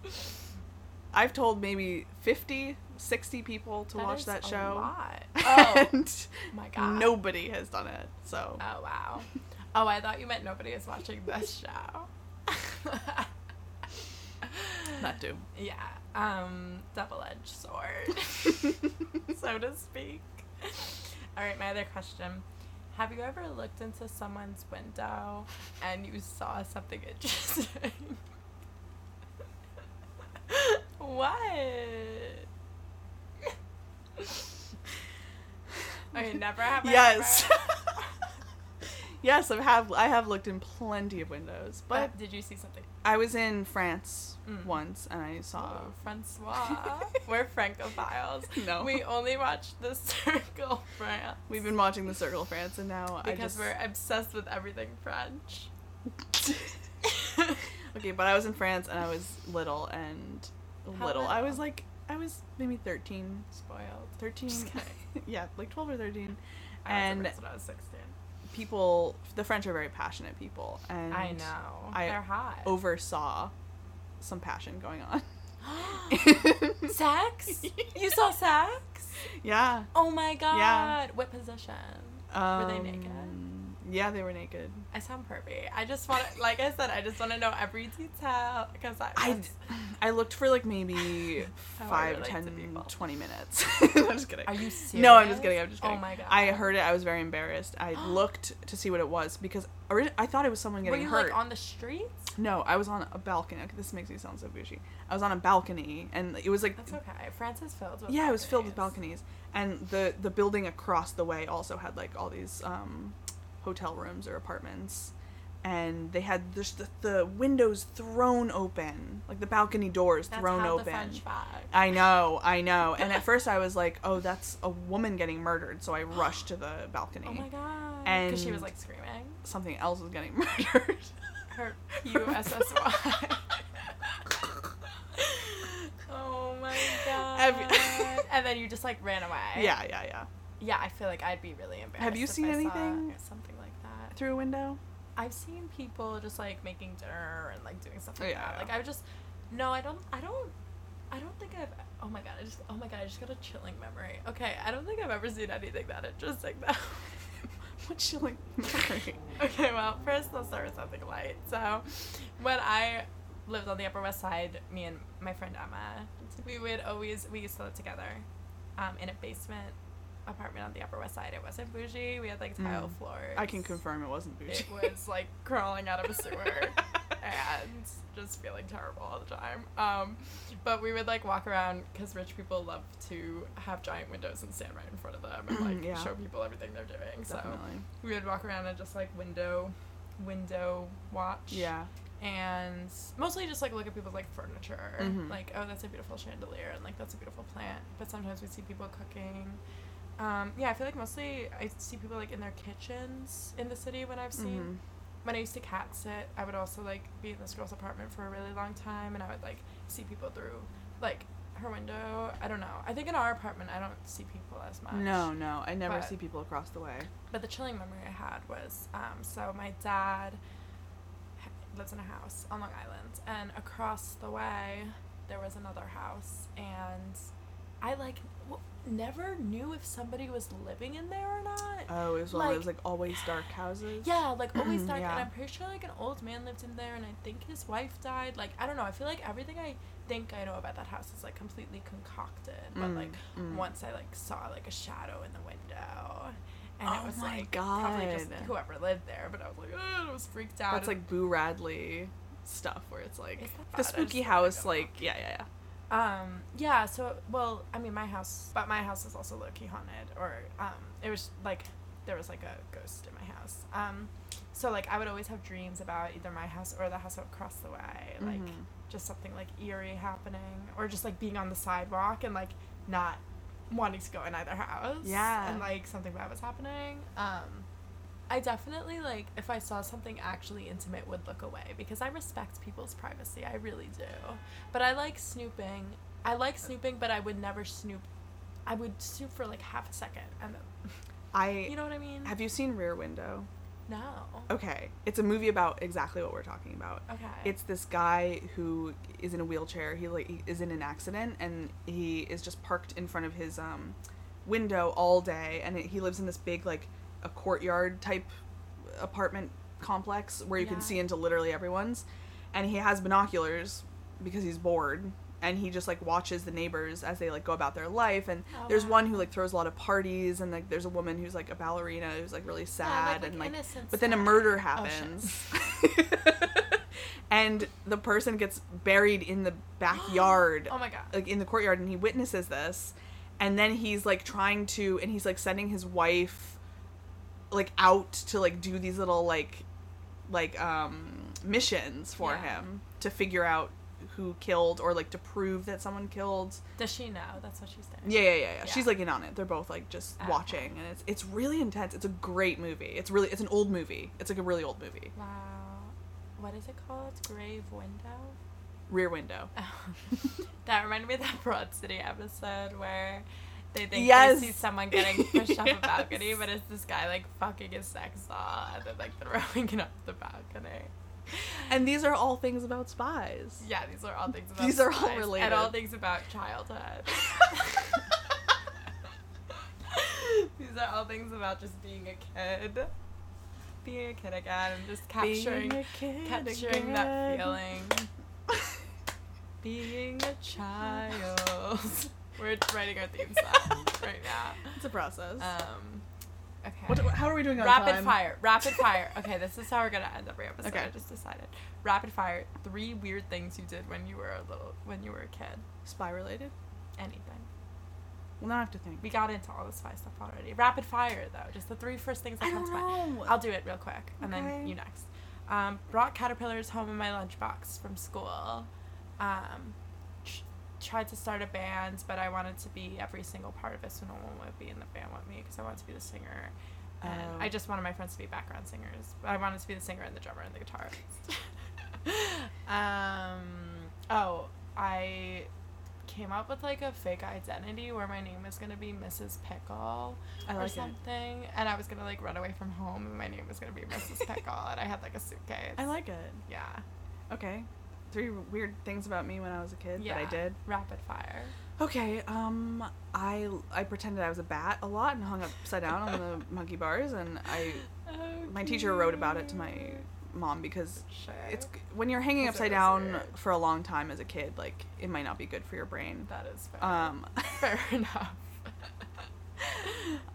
[SPEAKER 1] I've told maybe 50, 60 people to watch
[SPEAKER 2] is
[SPEAKER 1] that
[SPEAKER 2] a
[SPEAKER 1] show.
[SPEAKER 2] lot. Oh
[SPEAKER 1] and
[SPEAKER 2] my god.
[SPEAKER 1] nobody has done it. So
[SPEAKER 2] Oh wow. Oh, I thought you meant nobody is watching this show.
[SPEAKER 1] not to.
[SPEAKER 2] yeah. Um, double-edged sword, so to speak. All right, my other question: Have you ever looked into someone's window and you saw something interesting? what? okay, never have. I
[SPEAKER 1] Yes.
[SPEAKER 2] ever.
[SPEAKER 1] yes, I have. I have looked in plenty of windows, but
[SPEAKER 2] But did you see something?
[SPEAKER 1] I was in France
[SPEAKER 2] Mm.
[SPEAKER 1] once and I saw.
[SPEAKER 2] Oh, Francois. We're Francophiles.
[SPEAKER 1] No.
[SPEAKER 2] We only watch The Circle France.
[SPEAKER 1] We've been watching The Circle of France, and now I
[SPEAKER 2] because
[SPEAKER 1] just.
[SPEAKER 2] we're obsessed with everything French.
[SPEAKER 1] okay, but I was in France and I was little and
[SPEAKER 2] How
[SPEAKER 1] little. I was
[SPEAKER 2] little?
[SPEAKER 1] like I was maybe 13,
[SPEAKER 2] Spoiled.
[SPEAKER 1] 13.
[SPEAKER 2] Just kidding.
[SPEAKER 1] yeah, like 12 or 13.
[SPEAKER 2] I was
[SPEAKER 1] And-
[SPEAKER 2] immersed when I was 16.
[SPEAKER 1] People, the French are very passionate people, and
[SPEAKER 2] I know.
[SPEAKER 1] I
[SPEAKER 2] They're hot.
[SPEAKER 1] oversaw some passion going on.
[SPEAKER 2] sex? You saw sex?
[SPEAKER 1] yeah.
[SPEAKER 2] Oh my god.
[SPEAKER 1] Yeah.
[SPEAKER 2] What position?
[SPEAKER 1] Um,
[SPEAKER 2] they naked?
[SPEAKER 1] Yeah, Yeah, they were naked.
[SPEAKER 2] I sound pervy. I just want to, like I said, I just want to know every detail because I,
[SPEAKER 1] I, I looked for like maybe
[SPEAKER 2] How I
[SPEAKER 1] five,
[SPEAKER 2] relate to
[SPEAKER 1] ten,
[SPEAKER 2] people.
[SPEAKER 1] twenty minutes. I'm just kidding.
[SPEAKER 2] Are you serious?
[SPEAKER 1] No, I'm just kidding. I'm just kidding.
[SPEAKER 2] Oh my god.
[SPEAKER 1] I heard it. I was very embarrassed. I looked to see what it was because ori- I thought it was someone
[SPEAKER 2] Were
[SPEAKER 1] getting
[SPEAKER 2] you
[SPEAKER 1] hurt.
[SPEAKER 2] like on the streets?
[SPEAKER 1] no, I was on a balcony. Okay, This makes me sound so bougie. I was on a balcony, and it was like,
[SPEAKER 2] That's okay. France is filled with
[SPEAKER 1] yeah, it was filled with
[SPEAKER 2] balconies.
[SPEAKER 1] balconies, and the the building across the way also had like all these um, hotel rooms or apartments, and they had just the, the windows thrown open, like the balcony doors
[SPEAKER 2] That's
[SPEAKER 1] thrown
[SPEAKER 2] how
[SPEAKER 1] open.
[SPEAKER 2] The French fry.
[SPEAKER 1] I know, I know. And at first I was like, oh, that's a woman getting murdered. So I rushed to the balcony.
[SPEAKER 2] Oh my god.
[SPEAKER 1] And-
[SPEAKER 2] Because she was like screaming.
[SPEAKER 1] Something else was getting murdered.
[SPEAKER 2] Her U S S Y. Oh my god.
[SPEAKER 1] Have you-
[SPEAKER 2] and then you just like ran away.
[SPEAKER 1] yeah, yeah, yeah.
[SPEAKER 2] Yeah, I feel like I'd be really embarrassed.
[SPEAKER 1] you
[SPEAKER 2] if
[SPEAKER 1] seen
[SPEAKER 2] I saw
[SPEAKER 1] anything?
[SPEAKER 2] Something like that.
[SPEAKER 1] Through a window?
[SPEAKER 2] I've seen people just like making dinner and like doing stuff like
[SPEAKER 1] Yeah.
[SPEAKER 2] that. Like I would just no, I don't I don't I don't think I've oh my god, I just oh my god, I just got a chilling memory. Okay, I don't think I've ever seen anything that interesting though.
[SPEAKER 1] What chilling memory?
[SPEAKER 2] okay, well, first let's start with something light. So, when I lived on the Upper West Side, me and my friend Emma, we would always we used to live together, um, in a basement apartment on the Upper West Side. It wasn't bougie. We had like tile
[SPEAKER 1] Mm.
[SPEAKER 2] floors.
[SPEAKER 1] I can confirm it wasn't Bougie.
[SPEAKER 2] It was like crawling out of a sewer and just feeling terrible all the time. Um, but we would like walk around because rich people love to have giant windows and stand right in front of them and like
[SPEAKER 1] Mm, Yeah.
[SPEAKER 2] show people everything they're doing. So
[SPEAKER 1] Definitely.
[SPEAKER 2] we would walk around and just like window window watch
[SPEAKER 1] Yeah.
[SPEAKER 2] and mostly just like look at people's like furniture
[SPEAKER 1] Mhm.
[SPEAKER 2] like oh that's a beautiful chandelier and like that's a beautiful plant but sometimes we see people cooking um, yeah i feel like mostly i see people like in their kitchens in the city when i've seen
[SPEAKER 1] Mhm.
[SPEAKER 2] when i used to cat sit i would also like be in this girl's apartment for a really long time and i would like see people through like her window i don't know i think in our apartment i don't see people as much
[SPEAKER 1] No, no. I never
[SPEAKER 2] But-
[SPEAKER 1] see people across the way.
[SPEAKER 2] but the chilling memory I had was um, so my dad h- lives in a house on Long Island, and across the way there was another house, and I like w- never knew if somebody was living in there or not.
[SPEAKER 1] Oh, it was one of those
[SPEAKER 2] Like-
[SPEAKER 1] like always dark houses.
[SPEAKER 2] Yeah, like always dark,
[SPEAKER 1] Yeah.
[SPEAKER 2] and I'm pretty sure like an old man lived in there, and I think his wife died. Like I don't know. I feel like everything I think I know about that house is like completely concocted, but
[SPEAKER 1] Mm,
[SPEAKER 2] like
[SPEAKER 1] mm.
[SPEAKER 2] once I like saw like a shadow in the window, and
[SPEAKER 1] Oh
[SPEAKER 2] it was
[SPEAKER 1] my
[SPEAKER 2] like probably just
[SPEAKER 1] God.
[SPEAKER 2] whoever lived there. But I was like, oh, I was freaked out.
[SPEAKER 1] That's
[SPEAKER 2] And-
[SPEAKER 1] like Boo Radley stuff where it's like
[SPEAKER 2] Is that
[SPEAKER 1] the
[SPEAKER 2] bad? I
[SPEAKER 1] spooky
[SPEAKER 2] just wanna
[SPEAKER 1] house,
[SPEAKER 2] go.
[SPEAKER 1] like, yeah, yeah, yeah.
[SPEAKER 2] um, yeah. So well, I mean, my house, but my house is also low key haunted, or um, it was like there was like a ghost in my house. Um, so like I would always have dreams about either my house or the house across the way, like
[SPEAKER 1] Mhm.
[SPEAKER 2] just something like eerie happening, or just like being on the sidewalk and like not wanting to go in either house.
[SPEAKER 1] Yeah.
[SPEAKER 2] and like something bad was happening. Um, I definitely like if I saw something actually intimate would look away because I respect people's privacy. I really do. But I like snooping. I like snooping, but I would never snoop. I would snoop for like half a second and then,
[SPEAKER 1] I
[SPEAKER 2] you know what I mean?
[SPEAKER 1] have you seen Rear Window?
[SPEAKER 2] No.
[SPEAKER 1] Okay, it's a movie about exactly what we're talking about.
[SPEAKER 2] Okay.
[SPEAKER 1] It's this guy who is in a wheelchair. He like he is in an accident and he is just parked in front of his um window all day and it, he lives in this big like a courtyard type apartment complex where you
[SPEAKER 2] Yeah.
[SPEAKER 1] can see into literally everyone's and he has binoculars because he's bored and he just like watches the neighbors as they like go about their life and
[SPEAKER 2] Oh,
[SPEAKER 1] there's one
[SPEAKER 2] wow.
[SPEAKER 1] who like throws a lot of parties and like there's a woman who's like a ballerina who's like really
[SPEAKER 2] Yeah,
[SPEAKER 1] sad and like
[SPEAKER 2] innocent
[SPEAKER 1] but then a
[SPEAKER 2] sad.
[SPEAKER 1] murder
[SPEAKER 2] Oh, shit.
[SPEAKER 1] happens. and the person gets buried in the backyard,
[SPEAKER 2] Oh my god.
[SPEAKER 1] like in the courtyard, and he witnesses this. And then he's like trying to, and he's like sending his wife like out to like do these little like, like, um, missions for
[SPEAKER 2] Yeah.
[SPEAKER 1] him to figure out who killed or like to prove that someone killed.
[SPEAKER 2] Does she know? That's what she's saying.
[SPEAKER 1] Yeah, yeah, yeah, yeah.
[SPEAKER 2] Yeah. Uh-huh.
[SPEAKER 1] She's like in on it. They're both like just
[SPEAKER 2] Okay.
[SPEAKER 1] watching, and it's it's really intense. It's a great movie. It's really it's an old movie. It's like a really old movie.
[SPEAKER 2] Wow. What is it called? Grave Window?
[SPEAKER 1] Rear Window.
[SPEAKER 2] that reminded me of that Broad City episode where they think
[SPEAKER 1] Yes.
[SPEAKER 2] they see someone getting pushed off a balcony,
[SPEAKER 1] Yes.
[SPEAKER 2] but it's this guy like fucking his sex doll and then like throwing it up the balcony.
[SPEAKER 1] And these are all things about spies.
[SPEAKER 2] Yeah, these are all things about
[SPEAKER 1] These are all
[SPEAKER 2] spies
[SPEAKER 1] related.
[SPEAKER 2] and all things about childhood. these are all things about just being a kid. being a kid again and just capturing
[SPEAKER 1] Being a kid
[SPEAKER 2] capturing that
[SPEAKER 1] again.
[SPEAKER 2] feeling. Being a child. We're writing our theme song right now.
[SPEAKER 1] It's a process.
[SPEAKER 2] Um, okay.
[SPEAKER 1] what, how are we doing on
[SPEAKER 2] rapid
[SPEAKER 1] time?
[SPEAKER 2] fire. Rapid fire. Okay, this is how we're gonna end every episode.
[SPEAKER 1] Okay.
[SPEAKER 2] I just decided. Rapid fire. Three weird things you did when you were a little when you were a kid.
[SPEAKER 1] Spy related?
[SPEAKER 2] Anything.
[SPEAKER 1] Well, now I have to think.
[SPEAKER 2] We got into all the spy stuff already. Rapid fire though. Just the three first things that
[SPEAKER 1] I
[SPEAKER 2] come
[SPEAKER 1] don't
[SPEAKER 2] to mind.
[SPEAKER 1] know.
[SPEAKER 2] I'll do it real quick, and then
[SPEAKER 1] Okay.
[SPEAKER 2] you next. Um, brought caterpillars home in my lunchbox from school. Um, tr- tried to start a band, but I wanted to be every single part of it, so no one would be in the band with me because I wanted to be the singer. And
[SPEAKER 1] Oh.
[SPEAKER 2] I just wanted my friends to be background singers, but I wanted to be the singer and the drummer and the guitarist. um, oh, I came up with like a fake identity where my name is gonna be Mrs. Pickle
[SPEAKER 1] I
[SPEAKER 2] or
[SPEAKER 1] like it.
[SPEAKER 2] something, and I was gonna like run away from home, and my name was gonna be Mrs. Pickle, and I had like a suitcase.
[SPEAKER 1] I like it.
[SPEAKER 2] yeah,
[SPEAKER 1] Okay. Three weird things about me when I was a kid
[SPEAKER 2] yeah.
[SPEAKER 1] that I did.
[SPEAKER 2] rapid fire.
[SPEAKER 1] Okay, um, I I pretended I was a bat a lot and hung upside down on the monkey bars, and I my teacher wrote about it to my mom because
[SPEAKER 2] Sure.
[SPEAKER 1] it's when you're hanging
[SPEAKER 2] That's
[SPEAKER 1] upside
[SPEAKER 2] so
[SPEAKER 1] down
[SPEAKER 2] weird.
[SPEAKER 1] for a long time as a kid, like it might not be good for your brain.
[SPEAKER 2] that is fair.
[SPEAKER 1] Um,
[SPEAKER 2] fair enough.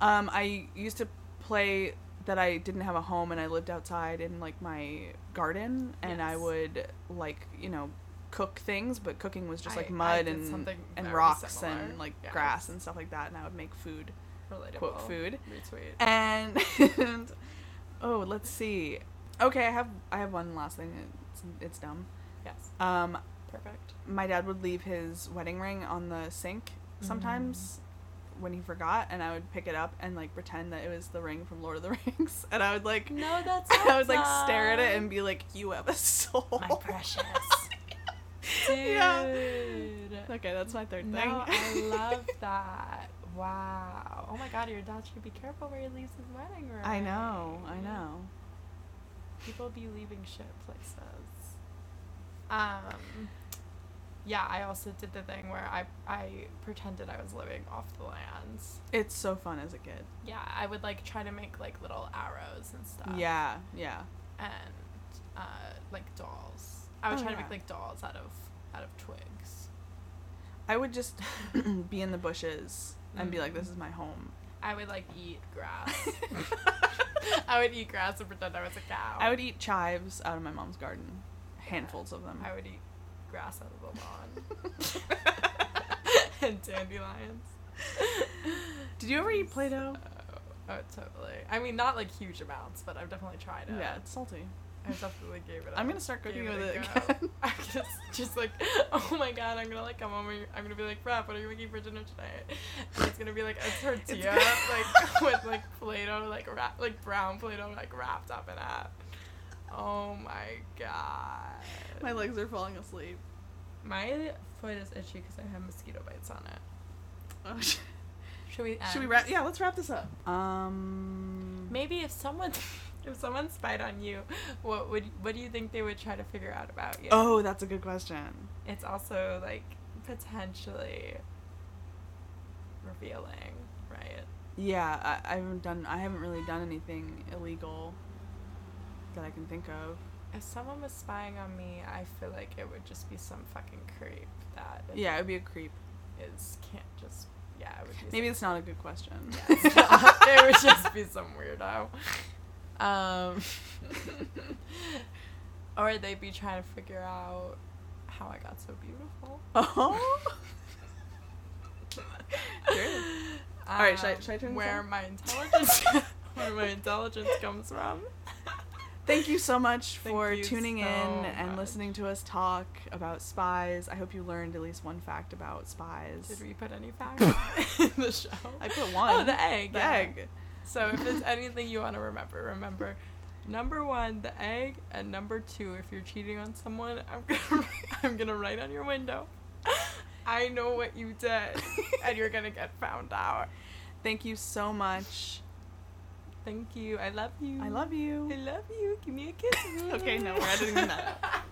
[SPEAKER 1] um, I used to play that I didn't have a home and I lived outside in like my garden, and I
[SPEAKER 2] Yes.
[SPEAKER 1] would like you know cook things, but cooking was just
[SPEAKER 2] I-
[SPEAKER 1] like
[SPEAKER 2] I
[SPEAKER 1] mud
[SPEAKER 2] did
[SPEAKER 1] and
[SPEAKER 2] something
[SPEAKER 1] and
[SPEAKER 2] very
[SPEAKER 1] rocks
[SPEAKER 2] similar.
[SPEAKER 1] and like
[SPEAKER 2] Yeah.
[SPEAKER 1] grass and stuff like that, and I would make food
[SPEAKER 2] Relatable.
[SPEAKER 1] quote food
[SPEAKER 2] Retweet.
[SPEAKER 1] and oh let's see okay i have i have one last thing it's, it's dumb
[SPEAKER 2] yes.
[SPEAKER 1] um
[SPEAKER 2] Perfect.
[SPEAKER 1] my dad would leave his wedding ring on the sink sometimes
[SPEAKER 2] Mm.
[SPEAKER 1] when he forgot and i would pick it up and like pretend that it was the ring from lord of the rings and i would like
[SPEAKER 2] No, that's.
[SPEAKER 1] i would like stare at it and be like you have a soul
[SPEAKER 2] My precious. Dude.
[SPEAKER 1] yeah okay that's my third thing
[SPEAKER 2] No, I love that. Wow. Oh my god, your dad should be careful where he leaves his wedding ring.
[SPEAKER 1] i know i know
[SPEAKER 2] People be leaving shit places. Um yeah, I also did the thing where I I pretended I was living off the land.
[SPEAKER 1] it's so fun as a kid
[SPEAKER 2] Yeah, I would like try to make like little arrows and stuff.
[SPEAKER 1] yeah yeah
[SPEAKER 2] And uh like dolls. I would
[SPEAKER 1] Oh,
[SPEAKER 2] try to
[SPEAKER 1] yeah.
[SPEAKER 2] make like dolls out of out of twigs.
[SPEAKER 1] I would just be in the bushes and be like, this is my home.
[SPEAKER 2] I would like eat grass. I would eat grass and pretend I was a cow.
[SPEAKER 1] I would eat chives out of my mom's garden, handfuls of them.
[SPEAKER 2] I would eat grass out of the lawn and dandelions.
[SPEAKER 1] Did you ever eat Play Doh?
[SPEAKER 2] Oh, oh, totally. I mean, not like huge amounts, but I've definitely tried it.
[SPEAKER 1] Yeah. it's salty.
[SPEAKER 2] I definitely gave it.
[SPEAKER 1] I'm
[SPEAKER 2] a-
[SPEAKER 1] gonna start
[SPEAKER 2] gave
[SPEAKER 1] cooking with
[SPEAKER 2] a
[SPEAKER 1] it
[SPEAKER 2] Uh, go.
[SPEAKER 1] again.
[SPEAKER 2] I'm just, just like, oh my god, I'm gonna like come home. and I'm gonna be like, Brad, what are you making for dinner tonight? And it's gonna be like a tortilla, like with like Play-Doh, like wrap, like brown Play-Doh, like wrapped up in that. Oh my god.
[SPEAKER 1] My legs are falling asleep.
[SPEAKER 2] My foot is itchy because I have mosquito bites on it.
[SPEAKER 1] Oh, sh-
[SPEAKER 2] Should we?
[SPEAKER 1] Should we
[SPEAKER 2] end?
[SPEAKER 1] wrap? Yeah, let's wrap this up. Um.
[SPEAKER 2] Maybe if someone, if someone spied on you, what would what do you think they would try to figure out about you?
[SPEAKER 1] Oh, that's a good question.
[SPEAKER 2] It's also like potentially revealing, right?
[SPEAKER 1] Yeah, I, I haven't done. I haven't really done anything illegal that I can think of.
[SPEAKER 2] If someone was spying on me, I feel like it would just be some fucking creep that is,
[SPEAKER 1] Yeah, it would be a creep.
[SPEAKER 2] is can't just yeah. It would be
[SPEAKER 1] Maybe it's not a good question.
[SPEAKER 2] some- yeah, it would just be some weirdo. Um, or they'd be trying to figure out how I got so beautiful.
[SPEAKER 1] Oh. Sure. All right, should I-
[SPEAKER 2] Um,
[SPEAKER 1] should I turn this
[SPEAKER 2] where
[SPEAKER 1] on?
[SPEAKER 2] my intelligence where my intelligence comes from?
[SPEAKER 1] Thank you so much
[SPEAKER 2] Thank
[SPEAKER 1] for
[SPEAKER 2] you
[SPEAKER 1] tuning
[SPEAKER 2] so
[SPEAKER 1] in and
[SPEAKER 2] much.
[SPEAKER 1] listening to us talk about spies. I hope you learned at least one fact about spies.
[SPEAKER 2] Did we put any facts in the show?
[SPEAKER 1] I put one.
[SPEAKER 2] Oh, the egg.
[SPEAKER 1] The
[SPEAKER 2] yeah.
[SPEAKER 1] egg.
[SPEAKER 2] So if there's anything you want to remember, remember number one, the egg, and number two, if you're cheating on someone, I'm gonna I'm gonna write on your window. I know what you did, and you're gonna get found out.
[SPEAKER 1] Thank you so much.
[SPEAKER 2] Thank you. I love you.
[SPEAKER 1] I love
[SPEAKER 2] Mm.
[SPEAKER 1] you.
[SPEAKER 2] I love you. Give me a kiss.
[SPEAKER 1] Okay, no, we're editing that out.